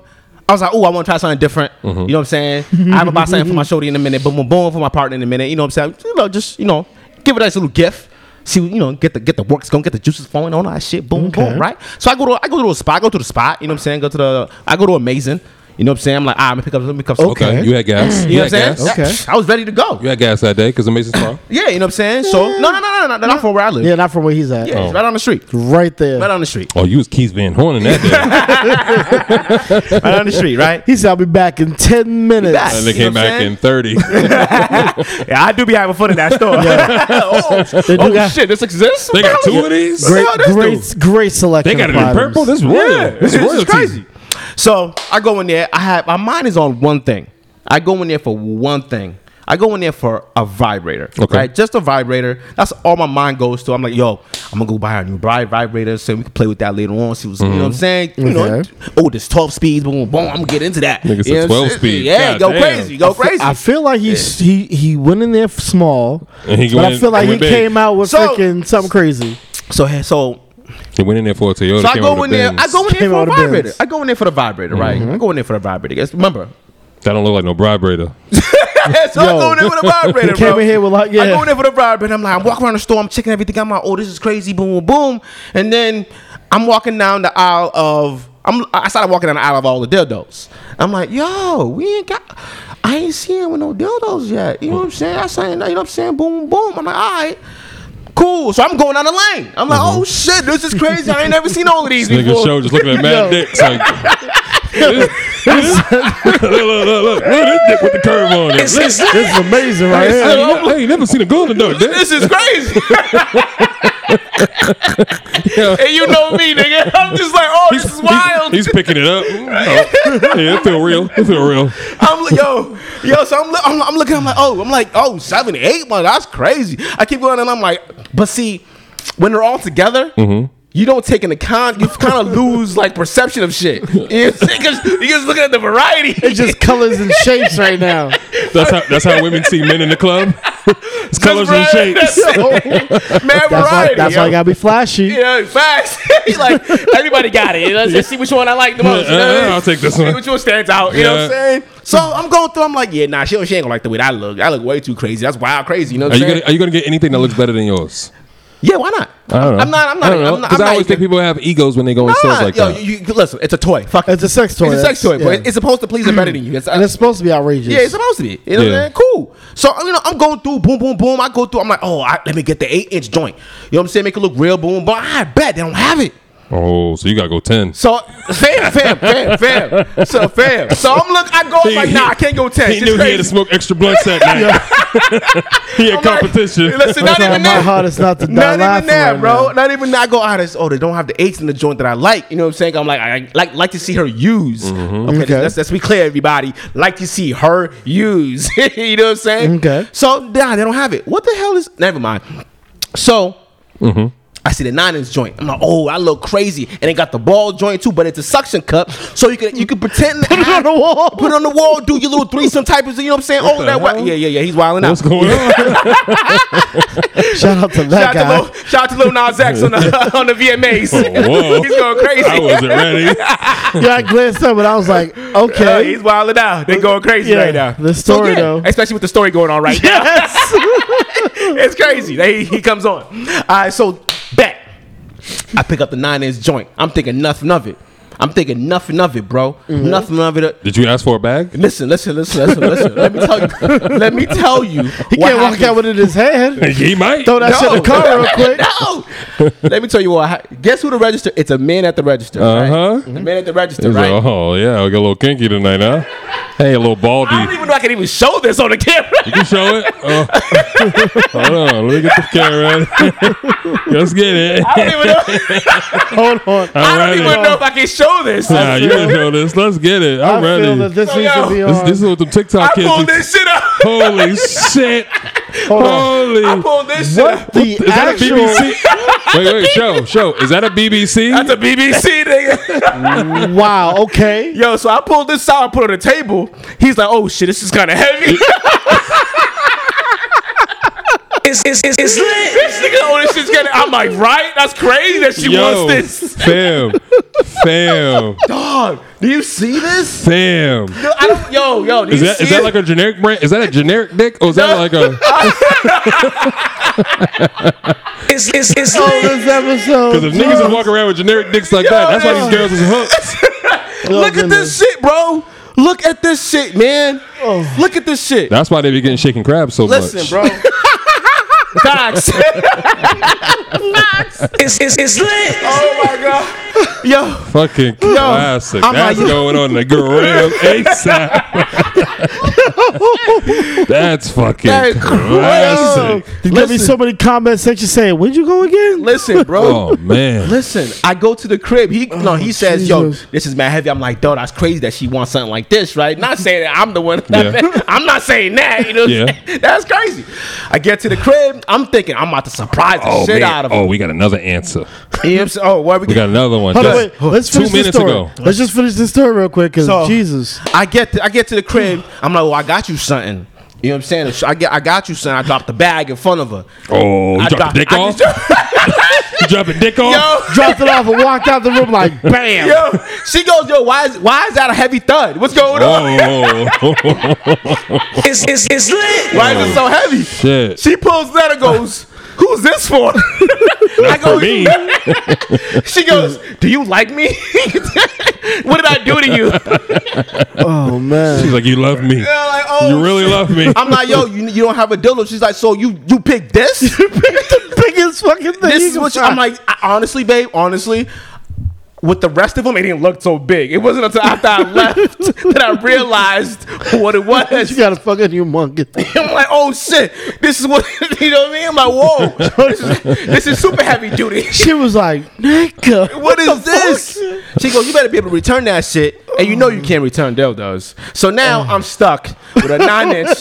Speaker 1: I was like, oh, I want to try something different.
Speaker 2: Mm-hmm.
Speaker 1: You know what I'm saying? I have a buy something for my shorty in a minute, boom, boom, boom, for my partner in a minute. You know what I'm saying? You know, just, you know, give it a nice little gift. See, you know, get the get the works going, get the juices flowing, all that shit, boom, boom, right? So I go to I go to a spot, I go to the spot, you know what I'm saying? Go to the I go to Amazing, you know what I'm saying? I'm like, ah, I'm gonna pick up, let me pick up some.
Speaker 2: Okay.
Speaker 3: Okay.
Speaker 2: You had gas.
Speaker 1: You know
Speaker 2: had
Speaker 1: what I'm
Speaker 2: gas.
Speaker 1: saying?
Speaker 3: Okay.
Speaker 1: I was ready to go.
Speaker 2: You had gas that day because Amazing Star.
Speaker 1: Yeah, you know what I'm saying? So no, no, no, no, no, no, not from where I live.
Speaker 3: Yeah, not from where he's at.
Speaker 1: Yeah, it's right on the street.
Speaker 3: Right there.
Speaker 1: Right on the street.
Speaker 2: oh, you was Keith Van Horn in that day. that
Speaker 1: Right on the street, right?
Speaker 3: He said, I'll be back in 10 minutes.
Speaker 1: back.
Speaker 2: nigga
Speaker 1: You know
Speaker 2: came
Speaker 1: what I'm
Speaker 2: back
Speaker 1: saying?
Speaker 2: in thirty. nigga
Speaker 1: Yeah, I do be having fun in that store. oh
Speaker 3: They do
Speaker 1: oh,
Speaker 3: got-
Speaker 1: shit, this exists?
Speaker 2: They got two of these?
Speaker 1: What the hell this
Speaker 3: great,
Speaker 1: do?
Speaker 3: great selection.
Speaker 2: They got it
Speaker 3: of
Speaker 2: in
Speaker 3: items.
Speaker 2: purple. This is royal.
Speaker 1: Yeah,
Speaker 2: this is Oh, royalty.
Speaker 1: crazy. So I go in there. I have my mind is on one thing. I go in there for one thing. I go in there for a vibrator.
Speaker 2: Okay.
Speaker 1: Right? Just a vibrator. That's all my mind goes to. I'm like, yo, I'm gonna go buy a new bri- vibrator so we can play with that later on. See what's you know
Speaker 2: Mm-hmm.
Speaker 1: what I'm saying? You know,
Speaker 3: Okay.
Speaker 1: oh, there's 12 speeds, boom, boom, boom. I'm gonna get into that.
Speaker 2: Nigga said
Speaker 1: You know what I'm
Speaker 2: 12
Speaker 1: saying?
Speaker 2: speed.
Speaker 1: Yeah,
Speaker 2: God
Speaker 1: go
Speaker 2: damn.
Speaker 1: crazy. Go crazy.
Speaker 3: I feel like he he he went in there f- small,
Speaker 2: And he
Speaker 3: but I
Speaker 2: went-
Speaker 3: feel like he
Speaker 2: he went big.
Speaker 3: came out with
Speaker 1: So-
Speaker 3: freaking something crazy.
Speaker 1: so so
Speaker 2: He went in there for a Toyota.
Speaker 1: So I
Speaker 2: came out
Speaker 1: go
Speaker 2: with
Speaker 1: in
Speaker 2: a
Speaker 1: there.
Speaker 2: Benz.
Speaker 1: I go in there
Speaker 3: Came
Speaker 1: for a
Speaker 3: out of Benz.
Speaker 1: vibrator. I go in there for the vibrator, right? I go in there for the vibrator. Guess
Speaker 2: Mm-hmm.
Speaker 1: remember?
Speaker 2: That don't look like no vibrator.
Speaker 1: so I
Speaker 3: Yo.
Speaker 1: go in there for the vibrator.
Speaker 3: Came
Speaker 1: bro.
Speaker 3: in here with like-
Speaker 1: I
Speaker 3: yeah.
Speaker 1: go in there for the vibrator. I'm like, I'm walking around the store. I'm checking everything. I'm like, oh, this is crazy. Boom, boom, boom. And then I'm walking down the aisle of. I'm, I started walking down the aisle of all the dildos. I'm like, yo, we ain't got. I ain't seen with no dildos yet. You know what I'm saying? I saying, you know what I'm saying? Boom, boom. I'm like, all right. Cool. So I'm going down the lane. I'm like,
Speaker 3: Mm-hmm.
Speaker 1: oh shit, this is crazy. I ain't never seen all of these
Speaker 2: This nigga
Speaker 1: before.
Speaker 2: show just looking at mad dicks. Like, look, look, look, look, look at this dick with the curve on it. Look,
Speaker 3: This is amazing, right
Speaker 2: I
Speaker 3: here.
Speaker 2: ain't never- I ain't never seen a golden duck. dick.
Speaker 1: This is crazy. and you know me, nigga. I'm just like, oh, this is wild.
Speaker 2: He's, picking it up. Oh, yeah, it feel real. It feel real.
Speaker 1: I'm like, yo, yo. So I'm, loo- I'm, I'm looking. I'm like, oh, I'm like, oh, seven, eight. Man, that's crazy. I keep going, and I'm like, but see, when they're all together.
Speaker 2: Mm-hmm.
Speaker 1: You don't take into account. You kind of lose like perception of shit. You know what I'm saying? 'Cause You're just looking at the variety.
Speaker 3: It's just colors and shapes right now.
Speaker 2: That's how that's how women see men in the club. It's colors and
Speaker 1: variety.
Speaker 2: shapes.
Speaker 1: mad
Speaker 3: That's why,
Speaker 1: variety.
Speaker 3: that's why I
Speaker 1: yo.
Speaker 3: gotta be flashy.
Speaker 1: Oh, Yeah, facts. He's like, everybody got it. Let's just see which one I like the most. You know what I mean?
Speaker 2: Uh, I'll take this
Speaker 1: See
Speaker 2: one.
Speaker 1: which one stands out. You know what I'm
Speaker 2: Yeah.
Speaker 1: saying? So I'm going through. I'm like, yeah, nah, she, she ain't gonna like the way that I look. I look way too crazy. That's wild crazy. You know what
Speaker 2: Are
Speaker 1: I'm
Speaker 2: you
Speaker 1: saying?
Speaker 2: gonna Are you gonna get anything that looks better than yours?
Speaker 1: yeah, why not?
Speaker 2: I don't know.
Speaker 1: I'm not. I'm not.
Speaker 2: I don't know.
Speaker 1: I'm not.
Speaker 2: Because
Speaker 1: I'm
Speaker 2: I
Speaker 1: not
Speaker 2: always think
Speaker 1: even-
Speaker 2: people have egos when they go in stores
Speaker 1: Nah,
Speaker 2: like
Speaker 1: yo,
Speaker 2: that.
Speaker 1: You, you- listen, it's a toy. Fuck it.
Speaker 3: It's a sex toy.
Speaker 1: It's a sex toy,
Speaker 3: That's- yeah.
Speaker 1: but it's supposed to please a better than you. It's,
Speaker 3: and it's supposed to be outrageous.
Speaker 1: Yeah, it's supposed to be. You know what
Speaker 2: Yeah.
Speaker 1: I'm saying? Cool. So you know, I'm going through boom, boom, boom. I go through. I'm like, oh, I, let me get the eight inch joint. You know what I'm saying? Make it look real. Boom, boom. I bet they don't have it.
Speaker 2: oh, so you gotta go ten.
Speaker 1: So fam, fam, fam, fam. So fam. So I'm look. I go I'm like, nah, I can't go ten.
Speaker 2: He
Speaker 1: Shit's
Speaker 2: knew he had
Speaker 1: crazy.
Speaker 2: to smoke extra blunts that night. he had
Speaker 1: I'm like,
Speaker 2: competition.
Speaker 1: listen, not
Speaker 3: Trying
Speaker 1: even
Speaker 3: my
Speaker 1: that.
Speaker 3: hardest not to die
Speaker 1: Not even
Speaker 3: laughing
Speaker 1: that,
Speaker 3: right
Speaker 1: bro.
Speaker 3: now.
Speaker 1: Not even that. I go out. Oh, they don't have the eights in the joint that I like. You know what I'm saying? I'm like, I like like to see her use. Okay,
Speaker 3: Okay.
Speaker 1: Let's, let's be clear, everybody. Like to see her use. you know what I'm saying?
Speaker 3: Okay.
Speaker 1: So nah, they don't have it. What the hell is? Never mind. So. I see the nine inch joint. I'm like, oh, I look crazy, and it got the ball joint too, but it's a suction cup, so you can you can pretend put
Speaker 3: it on the wall.
Speaker 1: put it on the wall, do your little threesome type of, you know what I'm saying? oh,
Speaker 2: the
Speaker 1: that wa-
Speaker 2: hell?
Speaker 1: yeah, yeah, yeah. He's wilding out.
Speaker 2: What's going on?
Speaker 3: Shout out to that
Speaker 1: Shout
Speaker 3: guy.
Speaker 1: out, to Lil, shout out to Lil Nas X on the, on the VMAs.
Speaker 2: Oh, whoa.
Speaker 1: he's going crazy.
Speaker 2: I wasn't ready.
Speaker 3: yeah, I glanced up and I was like,
Speaker 1: Yeah,
Speaker 3: okay.
Speaker 1: Uh, he's wilding out. They going crazy
Speaker 3: Yeah,
Speaker 1: right now.
Speaker 3: the story, though.
Speaker 1: especially with the story going on right now,
Speaker 3: yes.
Speaker 1: it's crazy. They, he comes on. All right, so back. I pick up the nine inch joint. I'm thinking nothing of it. I'm thinking nothing of it, bro.
Speaker 3: Mm-hmm.
Speaker 1: Nothing of it.
Speaker 2: Did you ask for a bag?
Speaker 1: Listen, listen, listen, listen, listen. Let me tell you. Let me tell you.
Speaker 3: He
Speaker 1: what
Speaker 3: can't walk
Speaker 1: happened.
Speaker 3: out with it in his head.
Speaker 2: He might.
Speaker 3: Throw that shit in the car real quick.
Speaker 1: no. Let me tell you what. ha- Guess who the register? It's a man at the register. right?
Speaker 2: Uh-huh.
Speaker 1: The man at the register,
Speaker 2: He's
Speaker 1: right?
Speaker 2: like, oh yeah, I got a little kinky tonight, huh? Hey, a little baldy.
Speaker 1: I don't even know I can even show this on the camera.
Speaker 2: You can show it. Oh. Hold on, let me get the camera. Let's get it.
Speaker 1: I don't even know.
Speaker 3: Hold on.
Speaker 1: I don't
Speaker 2: ready.
Speaker 1: even know if I can show this.
Speaker 2: Nah, you can show this. Let's get it. I'm
Speaker 3: I
Speaker 2: ready.
Speaker 3: feel that this
Speaker 1: So,
Speaker 3: needs
Speaker 1: yo,
Speaker 3: to be
Speaker 2: this,
Speaker 3: on.
Speaker 2: this is what the TikTok
Speaker 1: I
Speaker 2: kids.
Speaker 1: pulled
Speaker 2: do.
Speaker 1: this shit up.
Speaker 2: Holy shit!
Speaker 3: Hold on.
Speaker 2: Holy.
Speaker 1: I pulled this shit up.
Speaker 3: What the
Speaker 2: is that a
Speaker 3: actual?
Speaker 2: BBC? wait, wait, show, show. Is that a BBC?
Speaker 1: That's a BBC nigga.
Speaker 3: Wow. Okay.
Speaker 1: Yo, so I pulled this out, I put it on the table. He's like, oh shit, this is kind of heavy.
Speaker 5: It's, it's, it's, it's lit.
Speaker 1: this nigga, oh, this shit's getting. I'm like, right? That's crazy that she
Speaker 2: Yo,
Speaker 1: wants this.
Speaker 2: fam, fam,
Speaker 1: Dog, do you see this?
Speaker 2: fam.
Speaker 1: Yo, I don't, yo, yo, do
Speaker 2: Is
Speaker 1: you
Speaker 2: that
Speaker 1: see
Speaker 2: is that
Speaker 1: it?
Speaker 2: like a generic brand? Is that a generic dick or is that
Speaker 1: No.
Speaker 2: like a?
Speaker 5: It's, it's, it's
Speaker 3: Oh,
Speaker 5: lit.
Speaker 3: this episode.
Speaker 2: Because if niggas is walking around with generic dicks like that, that's why
Speaker 1: Yo,
Speaker 2: these girls is hooked.
Speaker 1: Look at this shit, bro. Look at this shit, man.
Speaker 2: Oh.
Speaker 1: Look at this shit.
Speaker 2: That's why they be getting shaken crabs so
Speaker 1: Listen,
Speaker 2: much.
Speaker 1: bro. Cox.
Speaker 5: It's, it's, it's lit.
Speaker 1: oh my god. Yo,
Speaker 2: Fucking classic.
Speaker 1: I'm
Speaker 2: That's
Speaker 1: like-
Speaker 2: going on the gram ASAP. That's fucking
Speaker 1: That's
Speaker 2: classic.
Speaker 3: There's gonna be so many comment sections saying, "Where'd you go again?"
Speaker 1: listen, bro.
Speaker 2: Oh man.
Speaker 1: Listen, I go to the crib. He no,
Speaker 2: Oh,
Speaker 1: he says,
Speaker 3: Jesus.
Speaker 1: "Yo, this is mad heavy." I'm like, "Dude, that's crazy that she wants something like this, right?" Not saying that I'm the one.
Speaker 2: Yeah.
Speaker 1: I'm not saying that. You know, what I'm
Speaker 2: Yeah.
Speaker 1: saying? that's crazy. I get to the crib. I'm thinking I'm about to surprise the
Speaker 2: Oh,
Speaker 1: shit
Speaker 2: man.
Speaker 1: out of him.
Speaker 2: oh, we got another answer.
Speaker 1: You know what I'm saying? Oh, where we,
Speaker 2: We
Speaker 1: go?
Speaker 2: got another one.
Speaker 3: Hold on,
Speaker 2: Just
Speaker 3: wait. Let's
Speaker 2: two
Speaker 3: finish this
Speaker 2: minutes
Speaker 3: story.
Speaker 2: ago.
Speaker 3: Let's just finish this story real quick, because
Speaker 1: So-
Speaker 3: Jesus.
Speaker 1: I get to, I get to the crib. I'm like, "Well, I got you something." You know what I'm saying? I get I got you something. I dropped the bag in front of her.
Speaker 2: Oh,
Speaker 1: I
Speaker 2: you dropped the dick
Speaker 1: I
Speaker 2: off?
Speaker 1: just-
Speaker 2: You dropping dick off?
Speaker 1: Yo,
Speaker 3: Dropped it off and walked out the room like, "Bam."
Speaker 1: yo, she goes, yo, why is why is that a heavy thud? What's going on?
Speaker 2: Oh
Speaker 5: It's, it's, it's lit.
Speaker 1: Why is it so heavy?
Speaker 2: shit.
Speaker 1: She pulls that and goes, who's this for? I
Speaker 2: For me.
Speaker 1: She goes, do you like me? what did I do to you? I'm
Speaker 3: Oh man.
Speaker 2: She's like, you love me.
Speaker 1: like, oh,
Speaker 2: You really
Speaker 1: shit."
Speaker 2: love me.
Speaker 1: I'm like, yo, you, you don't have a dildo. She's like, so you you picked this?
Speaker 3: Biggest fucking thing.
Speaker 1: this
Speaker 3: you
Speaker 1: is
Speaker 3: can
Speaker 1: what you,
Speaker 3: find.
Speaker 1: I'm like. I, honestly, babe, honestly, with the rest of them, it didn't look so big. It wasn't until after I left that I realized what it was.
Speaker 3: You got a fucking humongous.
Speaker 1: I'm like, oh shit, this is what you know what I mean. I'm like, whoa, this is, this is super heavy duty.
Speaker 3: She was like, "Nigga,
Speaker 1: What is
Speaker 3: the
Speaker 1: this?
Speaker 3: fuck?
Speaker 1: She goes, you better be able to return that shit, and you know you can't return dildos. So now I'm stuck with a nine-inch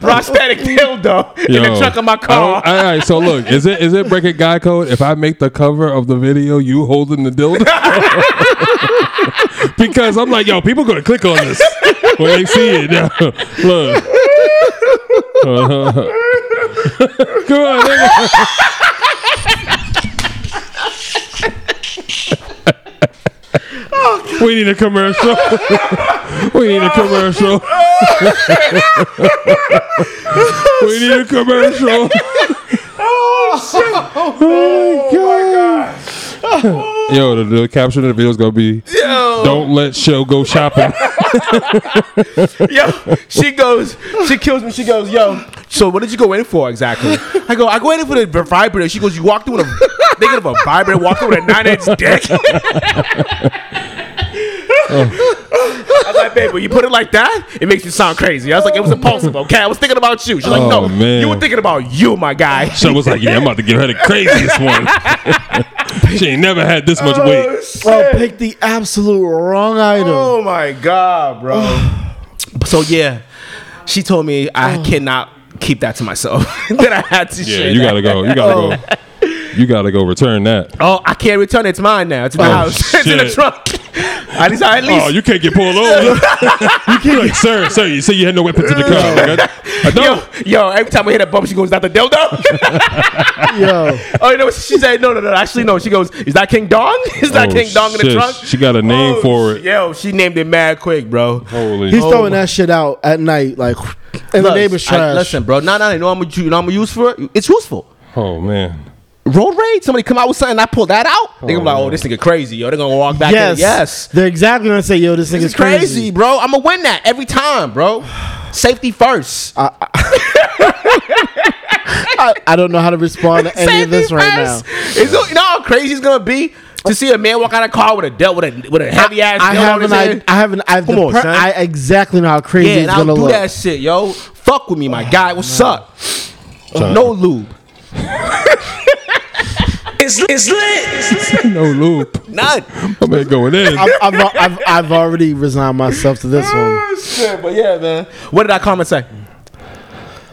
Speaker 1: prosthetic dildo in the
Speaker 2: Yo,
Speaker 1: trunk of my
Speaker 2: I
Speaker 1: car.
Speaker 2: don't- All right, so look, is it is it breaking guy code if I make the cover of the video you holding the dildo? because I'm like, yo, people gonna click on this when they see it. Now, look, Uh-huh. come on, nigga. We need a commercial. we need a commercial. we need a commercial.
Speaker 1: Oh,
Speaker 2: Oh, Yo, the, the caption of the video is gonna be
Speaker 1: Yo.
Speaker 2: "Don't let show go shopping."
Speaker 1: yo, she goes, she kills me. She goes, yo. So what did you go in for exactly? I go, I go in for the vibrator. She goes, you walked in with a thinking of a vibrator, walked in with a nine inch dick. I was like, babe, when you put it like that, it makes you sound crazy. I was like, it was impulsive, okay? I was thinking about you. She's like,
Speaker 2: Oh,
Speaker 1: no,
Speaker 2: man.
Speaker 1: you were thinking about you, my guy.
Speaker 2: So I was like, "Yeah, I'm about to give her the craziest one. she ain't never had this much weight."
Speaker 3: Bro, pick the absolute wrong item.
Speaker 1: Oh my god, bro. so yeah, she told me I cannot keep that to myself. that I had to
Speaker 2: Yeah,
Speaker 1: share
Speaker 2: you
Speaker 1: that.
Speaker 2: gotta go. You gotta go. You gotta go return that.
Speaker 1: Oh, I can't return it. It's mine now. It's my
Speaker 2: Oh,
Speaker 1: house. it's in the
Speaker 2: shit.
Speaker 1: trunk. At least, at least.
Speaker 2: Oh, you can't get pulled over. you can't, like, sir, sir. You say you had no weapons in the car. Like, I, I
Speaker 1: yo,
Speaker 2: don't.
Speaker 1: yo, every time I hit a bump, she goes, "Is that the dildo?"
Speaker 3: Yo,
Speaker 1: oh, you know what she said? No, no, no. Actually, no. She goes, "Is that King Dong? Is that
Speaker 2: Oh,
Speaker 1: King Dong in the
Speaker 2: shit.
Speaker 1: trunk?"
Speaker 2: She got a name
Speaker 1: Oh,
Speaker 2: for it. Oh.
Speaker 1: Yo, she named it mad quick, bro.
Speaker 2: Holy.
Speaker 3: he's throwing that shit out at night, like, in the
Speaker 1: Look,
Speaker 3: neighbor's
Speaker 1: I-
Speaker 3: trash.
Speaker 1: listen, bro. Now, now you know I'm gonna, you know I'm gonna use for it. It's useful.
Speaker 2: oh man.
Speaker 1: road rage. Somebody come out with something, I pull that out. They gonna be like, oh, this nigga crazy, yo. They're gonna walk back.
Speaker 3: Yes.
Speaker 1: in. yes.
Speaker 3: They're exactly gonna say, yo, this
Speaker 1: This is
Speaker 3: nigga's
Speaker 1: crazy,
Speaker 3: crazy.
Speaker 1: bro. I'm gonna win that every time, bro. Safety first.
Speaker 3: I, I don't know how to respond to any of
Speaker 1: Safety
Speaker 3: this right now.
Speaker 1: first. It's, you know how crazy it's gonna be to see a man walk out of car with a del- with a with a heavy ass.
Speaker 3: I
Speaker 1: del on
Speaker 3: have
Speaker 1: his
Speaker 3: an I,
Speaker 1: head.
Speaker 3: I have an I've
Speaker 1: Come
Speaker 3: the
Speaker 1: on,
Speaker 3: per-
Speaker 1: son.
Speaker 3: I exactly know how crazy
Speaker 1: Yeah, and
Speaker 3: it's
Speaker 1: I'll
Speaker 3: gonna
Speaker 1: do
Speaker 3: look.
Speaker 1: that shit, yo. Fuck with me, my guy. What's up? Oh, No lube.
Speaker 5: It's, it's lit.
Speaker 2: no loop.
Speaker 1: None.
Speaker 2: I'm not going in.
Speaker 3: I've, I've, I've, I've already resigned myself to this one.
Speaker 1: shit, but yeah, man. What did I comment say?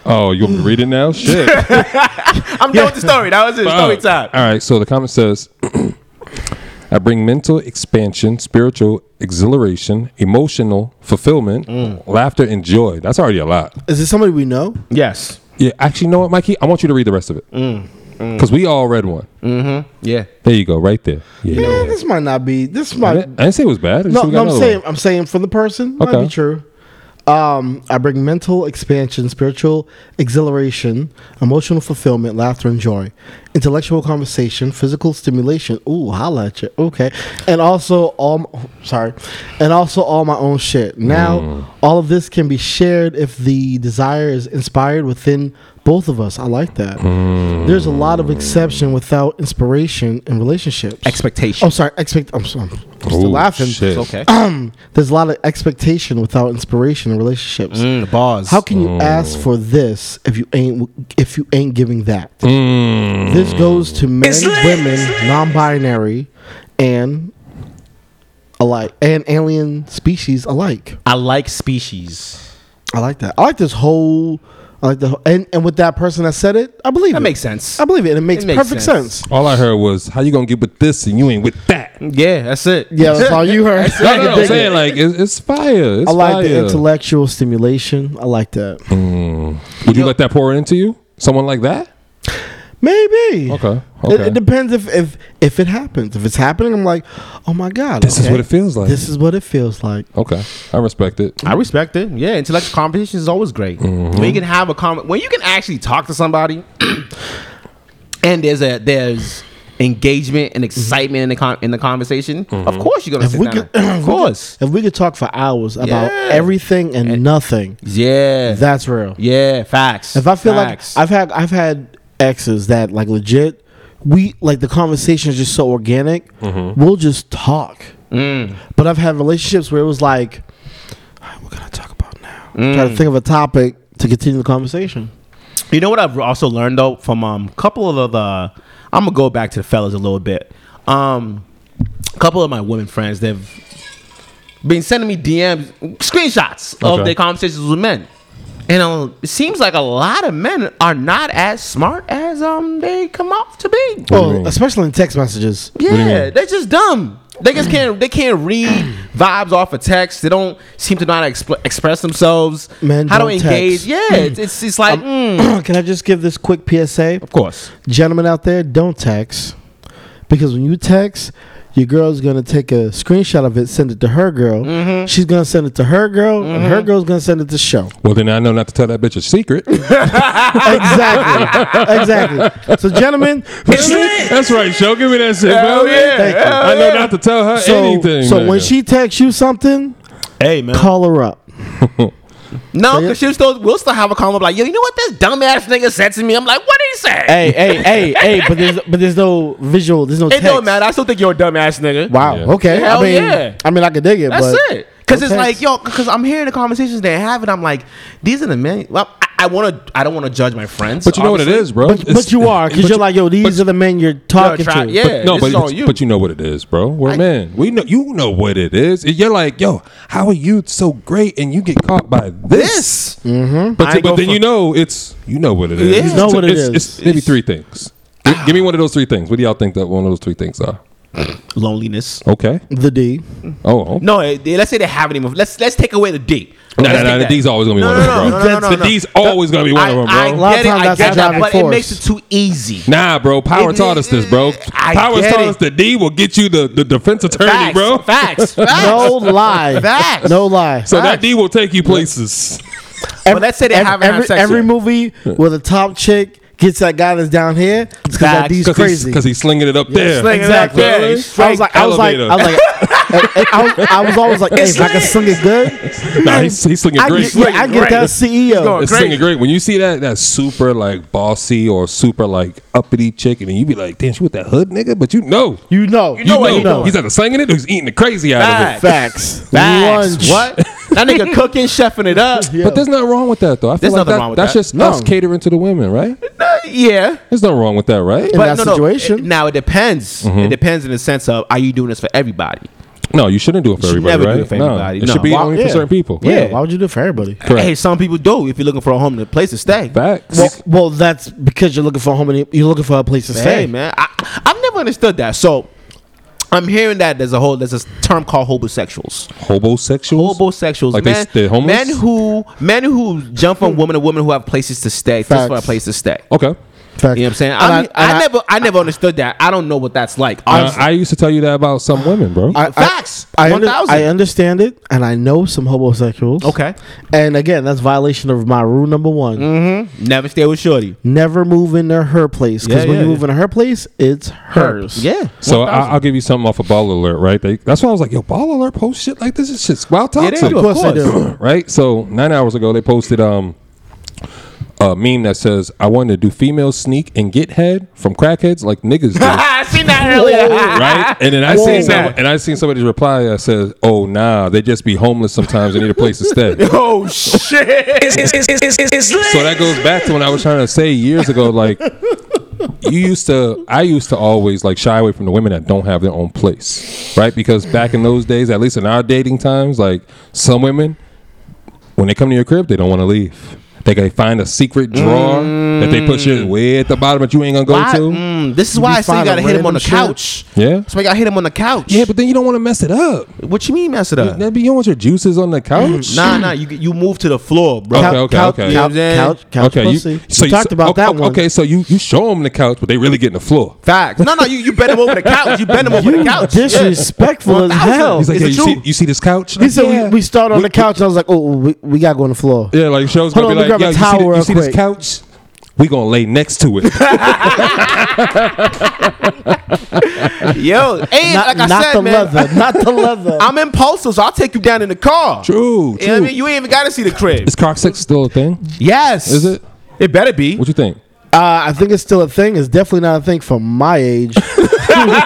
Speaker 2: Oh, you want me to read it now? Shit.
Speaker 1: I'm done with the story. That was it. Story time.
Speaker 2: All right. So the comment says, "I bring mental expansion, spiritual exhilaration, emotional fulfillment,
Speaker 3: Mm.
Speaker 2: laughter, and joy." That's already a lot.
Speaker 3: Is this somebody we know?
Speaker 1: Yes.
Speaker 2: Yeah. Actually, you know what, Mikey? I want you to read the rest of it because
Speaker 3: Mm,
Speaker 2: we all read one.
Speaker 1: Yeah.
Speaker 2: There you go. Right there. Yeah.
Speaker 3: Yeah, this might not be. This
Speaker 2: I,
Speaker 3: might.
Speaker 2: didn't, I didn't say it was bad. I just
Speaker 3: No,
Speaker 2: said we
Speaker 3: no,
Speaker 2: got
Speaker 3: I'm
Speaker 2: another
Speaker 3: saying
Speaker 2: one.
Speaker 3: I'm saying from the person might
Speaker 2: Okay.
Speaker 3: be true. Um, I bring mental expansion, spiritual exhilaration, emotional fulfillment, laughter and joy, intellectual conversation, physical stimulation. Ooh, holla at you. Okay, and also all m- oh, sorry, and also all my own shit. Now,
Speaker 2: Mm.
Speaker 3: all of this can be shared if the desire is inspired within both of us. I like that.
Speaker 2: Mm.
Speaker 3: There's a lot of exception without inspiration in relationships.
Speaker 1: Expectation.
Speaker 3: Oh, sorry. Expect. I'm, so- I'm still
Speaker 2: Ooh,
Speaker 3: laughing.
Speaker 2: Oh, shit.
Speaker 1: okay.
Speaker 3: Mm, There's a lot of expectation without inspiration in relationships.
Speaker 1: Mm, the bars.
Speaker 3: How can you ask for this if you ain't if you ain't giving that? This goes to men, women, non-binary, and alike, and alien species alike.
Speaker 1: I like species.
Speaker 3: I like that. I like this whole. I like the whole, and and with that person that said it, I believe
Speaker 1: That
Speaker 3: it.
Speaker 1: makes sense.
Speaker 3: I believe it. and It makes,
Speaker 1: makes
Speaker 3: perfect
Speaker 1: sense.
Speaker 3: sense.
Speaker 2: All I heard was, "How you gonna get with this and you ain't with that?" No,
Speaker 1: Yeah, that's it.
Speaker 3: Yeah, that's all you heard.
Speaker 2: no, no, I'm saying like it's, it's fire. It's
Speaker 3: I like the
Speaker 2: fire.
Speaker 3: intellectual stimulation. I like that.
Speaker 2: Would you let that pour into you? Someone like that?
Speaker 3: Maybe.
Speaker 2: Okay,
Speaker 3: It,
Speaker 2: okay.
Speaker 3: it depends if, if if it happens. If it's happening, I'm like, oh my god.
Speaker 2: This is what it feels like.
Speaker 3: This is what it feels like.
Speaker 2: Okay, I respect it.
Speaker 1: I respect it. Yeah, intellectual competition is always great.
Speaker 3: Mm-hmm.
Speaker 1: When you can have a comment, when you can actually talk to somebody, and there's a there's engagement and excitement in the con- in the conversation. Of course, you're gonna
Speaker 3: Mm-hmm.
Speaker 1: sit
Speaker 3: we could-
Speaker 1: down. and- of course,
Speaker 3: If we could talk for hours about
Speaker 1: Yeah.
Speaker 3: everything and nothing,
Speaker 1: yeah,
Speaker 3: that's real.
Speaker 1: yeah, facts.
Speaker 3: If I feel
Speaker 1: Facts.
Speaker 3: like I've had I've had exes that like legit, we like the conversation is just so organic.
Speaker 1: Mm-hmm.
Speaker 3: We'll just talk.
Speaker 1: Mm.
Speaker 3: But I've had relationships where it was like, "All right, what can I talk about now?
Speaker 1: Mm.
Speaker 3: Try to think of a topic to continue the conversation.
Speaker 1: You know what I've also learned though from um couple of the I'm gonna go back to the fellas a little bit. Um, a couple of my women friends they've been sending me DMs, screenshots
Speaker 2: Okay.
Speaker 1: of their conversations with men, and um, it seems like a lot of men are not as smart as um they come off to
Speaker 2: do
Speaker 1: be.
Speaker 2: you
Speaker 3: Oh,
Speaker 2: mean?
Speaker 3: especially in text messages.
Speaker 2: do you
Speaker 1: Yeah,
Speaker 2: mean?
Speaker 1: they're just dumb. They just can't. They can't read vibes off of text. They don't seem to know how to expl- express themselves.
Speaker 3: Men
Speaker 1: how to
Speaker 3: don't
Speaker 1: engage?
Speaker 3: text.
Speaker 1: Yeah, it's, it's it's like mm,
Speaker 3: Can I just give this quick PSA?
Speaker 1: of course.
Speaker 3: Gentlemen out there, don't text. Because when you text, your girl's going to take a screenshot of it, send it to her girl. She's going to send it to her girl, and her girl's going to send it to show.
Speaker 2: Well, then I know not to tell that bitch a secret.
Speaker 3: exactly. Exactly. So, gentlemen,
Speaker 2: That's right, show. Give me that shit,
Speaker 1: Oh,
Speaker 2: bro.
Speaker 3: Thank you.
Speaker 2: I know not to tell her
Speaker 3: so,
Speaker 2: anything.
Speaker 3: so when
Speaker 2: nigga.
Speaker 3: she texts you something,
Speaker 1: Hey man,
Speaker 3: call her up.
Speaker 1: No, because she'll still we'll still have a comment like, yo, you know what this dumbass nigga said to me? I'm like, what did he say?
Speaker 3: hey, hey, hey, hey, but there's, but there's no visual, there's no
Speaker 1: it
Speaker 3: text.
Speaker 1: don't matter. I still think you're a dumbass nigga.
Speaker 3: Wow.
Speaker 2: Yeah.
Speaker 3: Okay.
Speaker 1: Hell
Speaker 3: I mean,
Speaker 1: yeah.
Speaker 3: I mean, I could dig it.
Speaker 1: That's
Speaker 3: but
Speaker 1: it. Because
Speaker 3: no
Speaker 1: it's like,
Speaker 3: text.
Speaker 1: yo, because I'm hearing the conversations they have, and I'm like, these are the men. Well, I, I want to. I don't want to judge my friends.
Speaker 2: but you know what it is, bro.
Speaker 3: But,
Speaker 2: It's-
Speaker 3: but you are because
Speaker 2: but
Speaker 3: you're like, yo,
Speaker 2: but
Speaker 3: these are the men you're talking
Speaker 1: tra-
Speaker 3: to.
Speaker 1: yeah.
Speaker 2: But, no,
Speaker 1: this
Speaker 2: but
Speaker 1: is
Speaker 2: it's-
Speaker 1: on you.
Speaker 2: but you know what it is, bro. We're men. We know you know what it is. You're like, yo, how are you so great and you get caught by this? Mm-hmm.
Speaker 1: I
Speaker 2: But,
Speaker 1: ain't
Speaker 2: but
Speaker 1: go
Speaker 2: then
Speaker 1: for-
Speaker 2: you know it's you know what it is.
Speaker 1: Yeah. You
Speaker 3: know what it
Speaker 2: it's,
Speaker 3: is.
Speaker 2: It's maybe three things. Gi- Give me one of those three things. What do y'all think that one of those three things are?
Speaker 1: Loneliness.
Speaker 2: Okay.
Speaker 3: The D.
Speaker 2: Oh.
Speaker 1: No, eh, they- let's say they haven't even. Let's let's take away the D.
Speaker 2: No, no,
Speaker 1: Let's take
Speaker 2: no, the
Speaker 1: that.
Speaker 2: D's always gonna be one of them, bro. The D's always gonna be one of them,
Speaker 1: I,
Speaker 2: bro.
Speaker 3: lot of
Speaker 1: I get it,
Speaker 3: times
Speaker 1: I
Speaker 3: that's the
Speaker 1: get that,
Speaker 3: driving
Speaker 1: but it
Speaker 3: force.
Speaker 1: makes it too easy.
Speaker 2: Nah, bro. Power
Speaker 1: It-
Speaker 2: taught us this, bro.
Speaker 1: I
Speaker 2: Power
Speaker 1: get
Speaker 2: taught
Speaker 1: it.
Speaker 2: us the D will get you the, the defense attorney,
Speaker 1: facts,
Speaker 2: bro.
Speaker 1: Facts. facts.
Speaker 3: No lie.
Speaker 1: Facts.
Speaker 3: No lie.
Speaker 2: So that D will take you places.
Speaker 1: But let's say they haven't had
Speaker 3: every,
Speaker 1: sex
Speaker 3: every
Speaker 1: yet.
Speaker 3: movie with a top chick gets that guy that's down here because that
Speaker 6: Facts.
Speaker 3: dude's
Speaker 2: Because he's,
Speaker 3: crazy.
Speaker 2: 'cause he's slinging it up there.
Speaker 6: sling-
Speaker 3: Exactly.
Speaker 6: Yeah,
Speaker 3: I
Speaker 6: he's
Speaker 3: was like, I was like, I was like, I, was, I was always like, hey, if I can sling it good,
Speaker 2: Nah, he's, he's slinging
Speaker 3: I
Speaker 2: great.
Speaker 3: get, yeah, I get
Speaker 6: Great.
Speaker 3: that E CEO.
Speaker 2: It's singing great. When you see that that super like bossy or super like uppity chick, and you be like, damn, she with that hood nigga, but you know.
Speaker 3: You know,
Speaker 2: You know, he's either slinging it or he's eating the crazy out of it.
Speaker 3: facts. Lunch.
Speaker 1: Facts. What? That nigga cooking, chefing it up.
Speaker 2: But there's nothing wrong with that though. I feel
Speaker 1: There's
Speaker 2: like
Speaker 1: nothing
Speaker 2: that-
Speaker 1: wrong with
Speaker 2: that's
Speaker 1: that.
Speaker 2: just us catering to the women, right?
Speaker 1: Uh, yeah.
Speaker 2: There's nothing wrong with that, right?
Speaker 3: But- that situation. Mm-hmm.
Speaker 1: it- now it depends. It depends in the sense of are you doing this for everybody?
Speaker 2: no, you shouldn't do it for
Speaker 1: You should
Speaker 2: everybody,
Speaker 1: never do
Speaker 2: right?
Speaker 1: it for
Speaker 2: No,
Speaker 1: everybody.
Speaker 2: it
Speaker 1: No.
Speaker 2: should be
Speaker 1: Why-
Speaker 2: only for
Speaker 1: yeah.
Speaker 2: certain people.
Speaker 3: Yeah.
Speaker 1: Yeah.
Speaker 3: Why would you do it for everybody?
Speaker 2: Correct.
Speaker 1: Hey, some people do if you're looking for a home and a place to stay.
Speaker 2: Facts.
Speaker 3: Well, well, that's because you're looking for a home and you're looking for a place to
Speaker 1: Hey
Speaker 3: stay.
Speaker 1: man, I, I've never understood that. So I'm hearing that there's a whole there's a term called homosexuals.
Speaker 2: Hobosexuals.
Speaker 1: Homosexuals,
Speaker 2: Like they-
Speaker 1: men,
Speaker 2: they're homeless?
Speaker 1: men who men who jump on women and women who have places to stay just for a
Speaker 3: Facts.
Speaker 1: place to stay.
Speaker 2: Okay.
Speaker 3: Fact.
Speaker 1: You know what I'm saying?
Speaker 3: And
Speaker 1: I,
Speaker 3: I-
Speaker 1: mean, I,
Speaker 3: and I-
Speaker 1: never I never understood that. I don't know what that's like.
Speaker 2: Uh,
Speaker 1: honestly.
Speaker 2: I used to tell you that about some women, bro.
Speaker 3: I,
Speaker 1: Facts.
Speaker 3: I, I, under-
Speaker 1: 1000.
Speaker 3: I understand it, and I know some homosexuals.
Speaker 1: Okay. Mm-hmm.
Speaker 3: And again, that's violation of my rule number one.
Speaker 1: never stay with Shorty.
Speaker 3: Never move into her place because
Speaker 1: Yeah,
Speaker 3: when
Speaker 1: yeah,
Speaker 3: you
Speaker 1: yeah.
Speaker 3: move into her place, it's hers.
Speaker 1: Yeah.
Speaker 2: So I, I'll give you something off of Ball Alert, right? They, that's why I was like, yo, Ball Alert post shit like this. This shit's wild
Speaker 1: Yeah,
Speaker 2: toxic.
Speaker 1: they do, of
Speaker 3: course they
Speaker 1: course.
Speaker 2: right? So nine hours ago, they posted um, a meme that says, I wanted to do females sneak and get head from crackheads like niggas do.
Speaker 1: I seen that earlier.
Speaker 2: Right, and then I seen some, and I seen somebody's reply that says, "Oh nah, they just be homeless sometimes. They need a place to stay."
Speaker 1: Oh shit!
Speaker 2: so that goes back to when I was trying to say years ago, like you used to, I used to always like shy away from the women that don't have their own place, right? Because back in those days, at least in our dating times, like some women, when they come to your crib, they don't want to leave. They can find a secret drawer that they put shit way at the bottom that you ain't gonna go
Speaker 1: Why-
Speaker 2: to.
Speaker 1: mm, this is why I say you
Speaker 3: find a
Speaker 1: gotta hit him
Speaker 3: random
Speaker 1: on the
Speaker 3: shit?
Speaker 1: couch.
Speaker 2: Yeah.
Speaker 1: That's why you gotta hit him on the couch.
Speaker 2: Yeah, but then you don't want to mess it up.
Speaker 1: what you mean mess it up?
Speaker 2: That'd be you don't want your juices on the couch.
Speaker 1: Nah, nah. You you move to the floor, bro.
Speaker 2: Okay, okay,
Speaker 3: couch,
Speaker 2: okay.
Speaker 1: You know
Speaker 3: Couch,
Speaker 1: what I'm saying?
Speaker 3: couch, couch
Speaker 2: okay,
Speaker 3: pussy.
Speaker 2: you,
Speaker 3: we talked about
Speaker 2: okay,
Speaker 3: that one.
Speaker 2: Okay, so you you show them the couch, but they really getting the floor.
Speaker 1: Facts. No, no. You, you bend him over the couch. You bend him over the couch.
Speaker 3: disrespectful as hell.
Speaker 2: He's like,
Speaker 1: Is
Speaker 2: yeah,
Speaker 1: it
Speaker 2: you
Speaker 1: true?
Speaker 2: see, you see this couch?
Speaker 3: He said
Speaker 2: Yeah.
Speaker 3: we, we started on the couch, and I was like, oh, we, we got to go on the floor.
Speaker 2: Yeah, like Cheryl's gonna
Speaker 3: Hold
Speaker 2: be
Speaker 3: on, let
Speaker 2: like,
Speaker 3: me
Speaker 2: yo,
Speaker 3: grab a
Speaker 2: you, see,
Speaker 3: towel
Speaker 2: thi- you
Speaker 3: real
Speaker 2: see this
Speaker 3: quick."
Speaker 2: couch? We gonna lay next to it.
Speaker 1: Yeah. Yo, and
Speaker 3: Not,
Speaker 1: like I
Speaker 3: not
Speaker 1: said,
Speaker 3: the
Speaker 1: man,
Speaker 3: leather. Not the leather.
Speaker 1: I'm impulsive, so I'll take you down in the car.
Speaker 2: true,
Speaker 1: You know what I mean?
Speaker 2: true.
Speaker 1: You ain't even gotta see the crib.
Speaker 2: Is cock sex still a thing?
Speaker 1: Yes.
Speaker 2: Is it?
Speaker 1: It better be.
Speaker 2: What you think?
Speaker 3: Uh, I think it's still a thing. It's definitely not a thing for my age,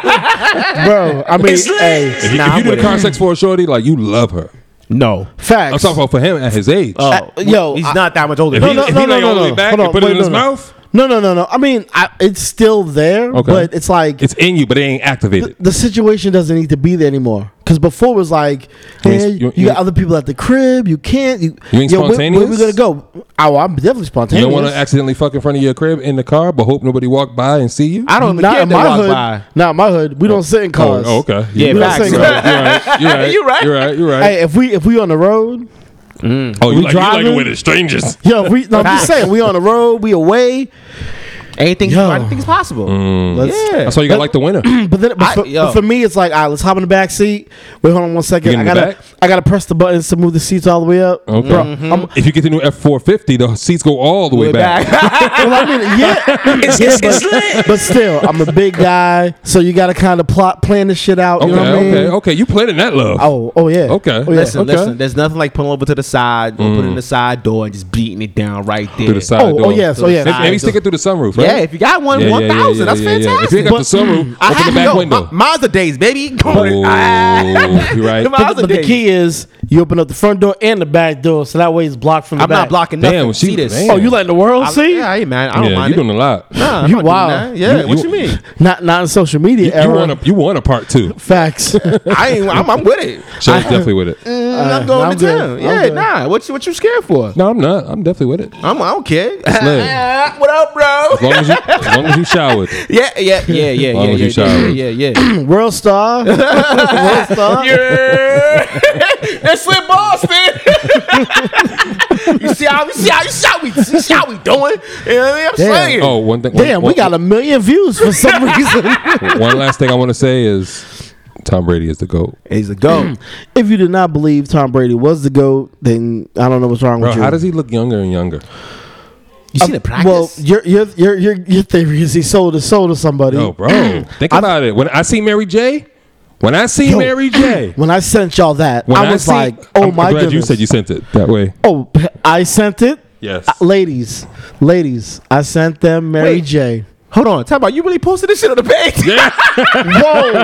Speaker 3: bro. I mean, hey,
Speaker 2: If you, if you
Speaker 1: Nah, I'm
Speaker 2: do
Speaker 1: with
Speaker 2: the
Speaker 1: it.
Speaker 2: cock sex for a shorty, like you love her.
Speaker 1: No.
Speaker 3: facts.
Speaker 2: I'm talking about for him at his age.
Speaker 1: Oh,
Speaker 3: yo,
Speaker 1: he's
Speaker 3: I-
Speaker 1: not that much older.
Speaker 2: if
Speaker 1: than
Speaker 2: he,
Speaker 1: me.
Speaker 2: if he lay all the way back
Speaker 3: Hold
Speaker 2: and
Speaker 3: on,
Speaker 2: put it
Speaker 3: wait,
Speaker 2: in his
Speaker 3: no, no.
Speaker 2: mouth,
Speaker 3: No, no, no, no. I mean, I, it's still there,
Speaker 2: Okay.
Speaker 3: but it's like
Speaker 2: it's in you, but it ain't activated.
Speaker 3: the situation doesn't need to be there anymore. Because before it was like,
Speaker 2: You ain't-
Speaker 3: eh,
Speaker 2: you-
Speaker 3: you,
Speaker 2: you-
Speaker 3: got other people at the crib. You can't. You,
Speaker 2: You ain't
Speaker 3: Yo, where- Where, we gonna
Speaker 2: spontaneous?
Speaker 3: go? Oh, I'm definitely
Speaker 2: You
Speaker 3: spontaneous.
Speaker 2: don't want to accidentally fuck in front of your crib in the car, but hope nobody walk by and see you.
Speaker 1: I don't even
Speaker 3: not
Speaker 1: care
Speaker 3: in
Speaker 1: if they
Speaker 3: my
Speaker 1: walk
Speaker 3: hood.
Speaker 1: by.
Speaker 3: Not in my hood. We don't sit in
Speaker 2: Oh,
Speaker 3: cars.
Speaker 2: oh, okay.
Speaker 1: Yeah,
Speaker 2: You're
Speaker 1: facts.
Speaker 2: right. You're right. You're right. You're right. You're right.
Speaker 3: Hey, if we if we on the road,
Speaker 2: oh, you
Speaker 3: we
Speaker 2: like, you like it
Speaker 3: driving?
Speaker 2: with the strangers.
Speaker 3: yo, if we. No, I'm just
Speaker 1: Facts.
Speaker 3: saying, we on the road. We away.
Speaker 1: Anything,
Speaker 3: Yo.
Speaker 1: anything's possible.
Speaker 2: Mm.
Speaker 3: Let's,
Speaker 1: Yeah.
Speaker 2: That's why you got to like the winner.
Speaker 3: But then, but
Speaker 1: I-
Speaker 3: for,
Speaker 1: yo.
Speaker 3: but for me, it's like, all right, let's hop in the back seat. Wait, hold on one second.
Speaker 2: You
Speaker 3: I
Speaker 2: get in the
Speaker 3: gotta,
Speaker 2: back? Oh.
Speaker 3: I gotta press the buttons to move the seats all the way up.
Speaker 2: Okay.
Speaker 3: Bro,
Speaker 1: Mm-hmm.
Speaker 3: I'm-
Speaker 2: If you get the new F four fifty, the seats go all the way, back. Oh,
Speaker 3: well, I mean, yeah, yeah but, but still, I'm a big guy, so you gotta kind of plot plan this shit out.
Speaker 2: Okay,
Speaker 3: you know what I mean?
Speaker 2: okay, okay. You planning that love?
Speaker 3: Oh, oh yeah.
Speaker 2: Okay.
Speaker 3: Oh, yeah.
Speaker 1: Listen,
Speaker 2: Okay. Mm.
Speaker 1: listen. There's nothing like pulling over to the side, or putting the side door, and just beating it down right there.
Speaker 2: through the side
Speaker 3: Oh,
Speaker 2: door.
Speaker 3: oh yes, oh
Speaker 1: Through the
Speaker 3: yeah.
Speaker 2: Maybe,
Speaker 1: side.
Speaker 2: maybe stick it through the sunroof, right?
Speaker 1: Yeah, if you got one,
Speaker 2: Yeah, yeah,
Speaker 1: one thousand.
Speaker 2: yeah,
Speaker 1: that's
Speaker 2: yeah, yeah, yeah. If
Speaker 1: fantastic.
Speaker 2: you ain't got the sunroof,
Speaker 1: I
Speaker 2: open
Speaker 1: had
Speaker 2: the back
Speaker 1: yo,
Speaker 2: window.
Speaker 1: My, mine's the days, baby.
Speaker 2: Oh,
Speaker 1: Going.
Speaker 2: you're right.
Speaker 1: Come on.
Speaker 3: But, but the key is you open up the front door and the back door, so that way it's blocked from the
Speaker 1: I'm
Speaker 3: back.
Speaker 1: not blocking
Speaker 2: Damn,
Speaker 1: nothing.
Speaker 2: she-
Speaker 1: See this?
Speaker 2: damn.
Speaker 3: Oh, you letting the world
Speaker 1: I,
Speaker 3: see?
Speaker 1: yeah, hey man, I don't
Speaker 2: Yeah,
Speaker 1: mind
Speaker 2: you
Speaker 1: it.
Speaker 2: doing a lot.
Speaker 1: Nah, I'm
Speaker 3: You
Speaker 1: not doing
Speaker 3: wild.
Speaker 1: that. Yeah,
Speaker 2: You-
Speaker 1: what
Speaker 2: you-
Speaker 1: you mean?
Speaker 3: Not not in social media
Speaker 2: You,
Speaker 3: era.
Speaker 2: want a you want a part two?
Speaker 3: Facts.
Speaker 1: I ain't. I'm, I'm with it.
Speaker 2: Shell's definitely with it.
Speaker 1: Mm,
Speaker 3: right,
Speaker 1: I'm going
Speaker 3: I'm
Speaker 1: to
Speaker 3: good.
Speaker 1: town.
Speaker 3: I'm
Speaker 1: Yeah,
Speaker 3: good.
Speaker 1: nah. What you what you scared for?
Speaker 2: No, I'm not. I'm definitely with it. As
Speaker 1: I'm, I don't care.
Speaker 2: Slim.
Speaker 1: what up, bro?
Speaker 2: long as you, as long as you showered.
Speaker 1: Yeah, yeah, yeah, yeah,
Speaker 2: Why
Speaker 1: yeah,
Speaker 2: would you
Speaker 1: yeah, yeah,
Speaker 2: shower?
Speaker 1: yeah, yeah, yeah.
Speaker 3: World star. World star.
Speaker 1: That's Slim Boston. you see how you see how you see how we see how we doing? You know what I mean? I'm saying.
Speaker 2: Oh, one thing.
Speaker 3: Damn,
Speaker 2: one,
Speaker 3: we got a million views for some reason.
Speaker 2: one, one last thing I want to say is Tom Brady is the goat.
Speaker 1: He's a go.
Speaker 3: if you did not believe Tom Brady was the GOAT, then I don't know what's wrong
Speaker 2: Bro,
Speaker 3: with you.
Speaker 2: how does he look younger and younger?
Speaker 1: You see the practice?
Speaker 3: Well, your your your your, your theory is he sold his soul to somebody.
Speaker 2: No, Oh, bro. Think
Speaker 3: I'm-
Speaker 2: about it. When I see Mary J, when I see
Speaker 3: Yo,
Speaker 1: Oh.
Speaker 2: Mary J,
Speaker 3: When I sent y'all that,
Speaker 2: when
Speaker 3: I was
Speaker 2: see-
Speaker 3: like, "Oh
Speaker 2: I'm
Speaker 3: my
Speaker 2: glad
Speaker 3: goodness!"
Speaker 2: You said you sent it that way.
Speaker 3: oh, I sent it.
Speaker 2: Yes.
Speaker 3: Uh, ladies, ladies, I sent them Mary
Speaker 1: Wait.
Speaker 3: J.
Speaker 1: Hold on, talk about you really posted this shit on the page.
Speaker 2: Yeah.
Speaker 3: Whoa, whoa,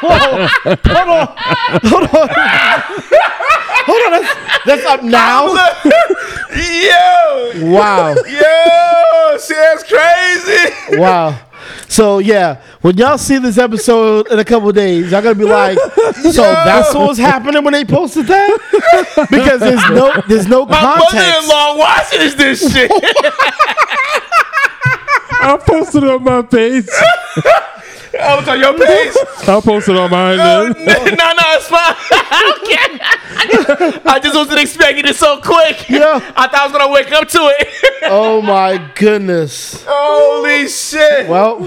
Speaker 3: hold on, hold on, hold on. That's, that's up now.
Speaker 1: yo,
Speaker 3: Wow,
Speaker 1: yo, shit, that's crazy.
Speaker 3: wow. So yeah, when y'all see this episode in a couple days, y'all gonna be like, "So that's what was happening when they posted that?" Because there's no, there's no
Speaker 1: My
Speaker 3: context.
Speaker 1: mother-in-law watches this shit.
Speaker 2: I'll post it on my page.
Speaker 1: I was on your page.
Speaker 2: I'll post it on mine.
Speaker 1: Oh,
Speaker 2: Then.
Speaker 1: no, no, it's fine. okay. I just wasn't expecting it so quick.
Speaker 3: Yeah.
Speaker 1: I thought I was gonna wake up to it.
Speaker 3: Oh my goodness.
Speaker 1: Holy shit.
Speaker 3: Well,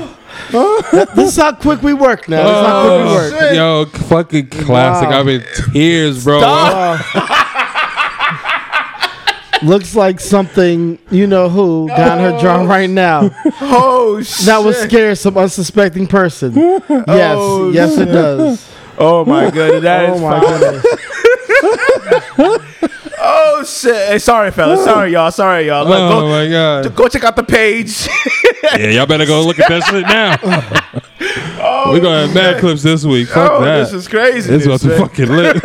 Speaker 3: th- this is how quick we work now. This is how quick we work.
Speaker 1: Oh, shit.
Speaker 2: Oh, Yo, fucking classic.
Speaker 3: Wow.
Speaker 2: I'm in tears, bro.
Speaker 3: Looks like something you know who got in her drum right now.
Speaker 1: oh shit.
Speaker 3: That would scare some unsuspecting person. Yes, yes, it does.
Speaker 1: Oh my goodness. That
Speaker 3: Oh
Speaker 1: is
Speaker 3: my
Speaker 1: fine.
Speaker 3: goodness.
Speaker 1: Oh shit. Hey, sorry, fellas. Sorry, y'all. Sorry, y'all. Look,
Speaker 2: Oh
Speaker 1: go,
Speaker 2: my god.
Speaker 1: go check out the page.
Speaker 2: Yeah, y'all better go look at that shit now. We're gonna have mad clips this week. Fuck
Speaker 1: oh,
Speaker 2: that.
Speaker 1: this is crazy.
Speaker 2: This is about to
Speaker 1: man.
Speaker 2: fucking lit.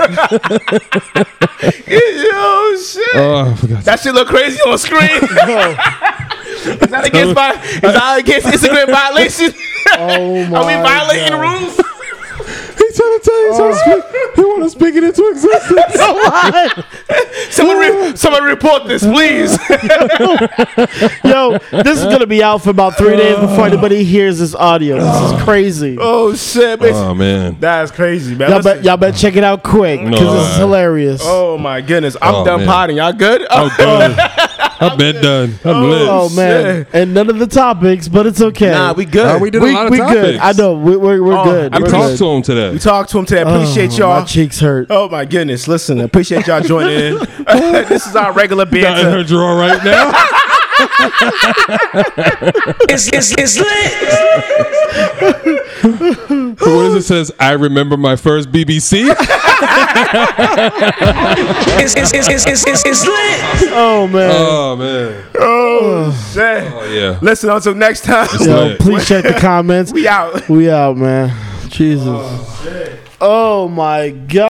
Speaker 1: Yo, shit.
Speaker 2: Oh, I forgot.
Speaker 1: That shit look crazy on screen. is that against my? Is that against Instagram violation?
Speaker 3: Oh my
Speaker 1: Are we violating the
Speaker 3: God.
Speaker 1: rules?
Speaker 2: He's trying to tell you something. Oh. He want to speak it into existence.
Speaker 1: Someone, re- someone report this, please.
Speaker 3: Yo, this is gonna be out for about three days before anybody hears this audio. This is crazy.
Speaker 1: oh shit,
Speaker 2: Oh man.
Speaker 1: that's crazy, man.
Speaker 3: Y'all
Speaker 1: Listen-
Speaker 3: bet, y'all bet check it out quick because this is
Speaker 2: No.
Speaker 3: hilarious.
Speaker 1: oh my goodness, I'm
Speaker 2: Oh,
Speaker 1: done
Speaker 2: man.
Speaker 1: potting. Y'all good? Oh,
Speaker 2: I'm done. I've been done. I'm lit.
Speaker 3: Oh man, and none of the topics, but it's okay.
Speaker 1: nah, we good.
Speaker 2: Nah, we did a lot of
Speaker 3: we good.
Speaker 2: topics.
Speaker 3: I know we, we're we're
Speaker 1: Oh,
Speaker 3: good.
Speaker 1: I'm
Speaker 3: We're
Speaker 2: We talked
Speaker 3: good.
Speaker 2: to him today.
Speaker 1: We talked to him today. Appreciate
Speaker 3: Oh,
Speaker 1: y'all.
Speaker 3: My cheeks hurt.
Speaker 1: Oh my goodness! Listen, appreciate y'all joining in. this is our regular
Speaker 2: Got in
Speaker 1: banter.
Speaker 2: her drawer right now.
Speaker 5: It's, it's, it's lit.
Speaker 2: what is it says? I remember my first BBC.
Speaker 5: It's, it's, it's, it's, it's, it's, it's lit.
Speaker 3: Oh man.
Speaker 2: oh man.
Speaker 1: Oh, shit.
Speaker 2: Yeah.
Speaker 1: Listen, until next time,
Speaker 3: Yo,
Speaker 2: Right.
Speaker 3: please check the comments.
Speaker 1: we out.
Speaker 3: we out, man. Jesus. Oh my god.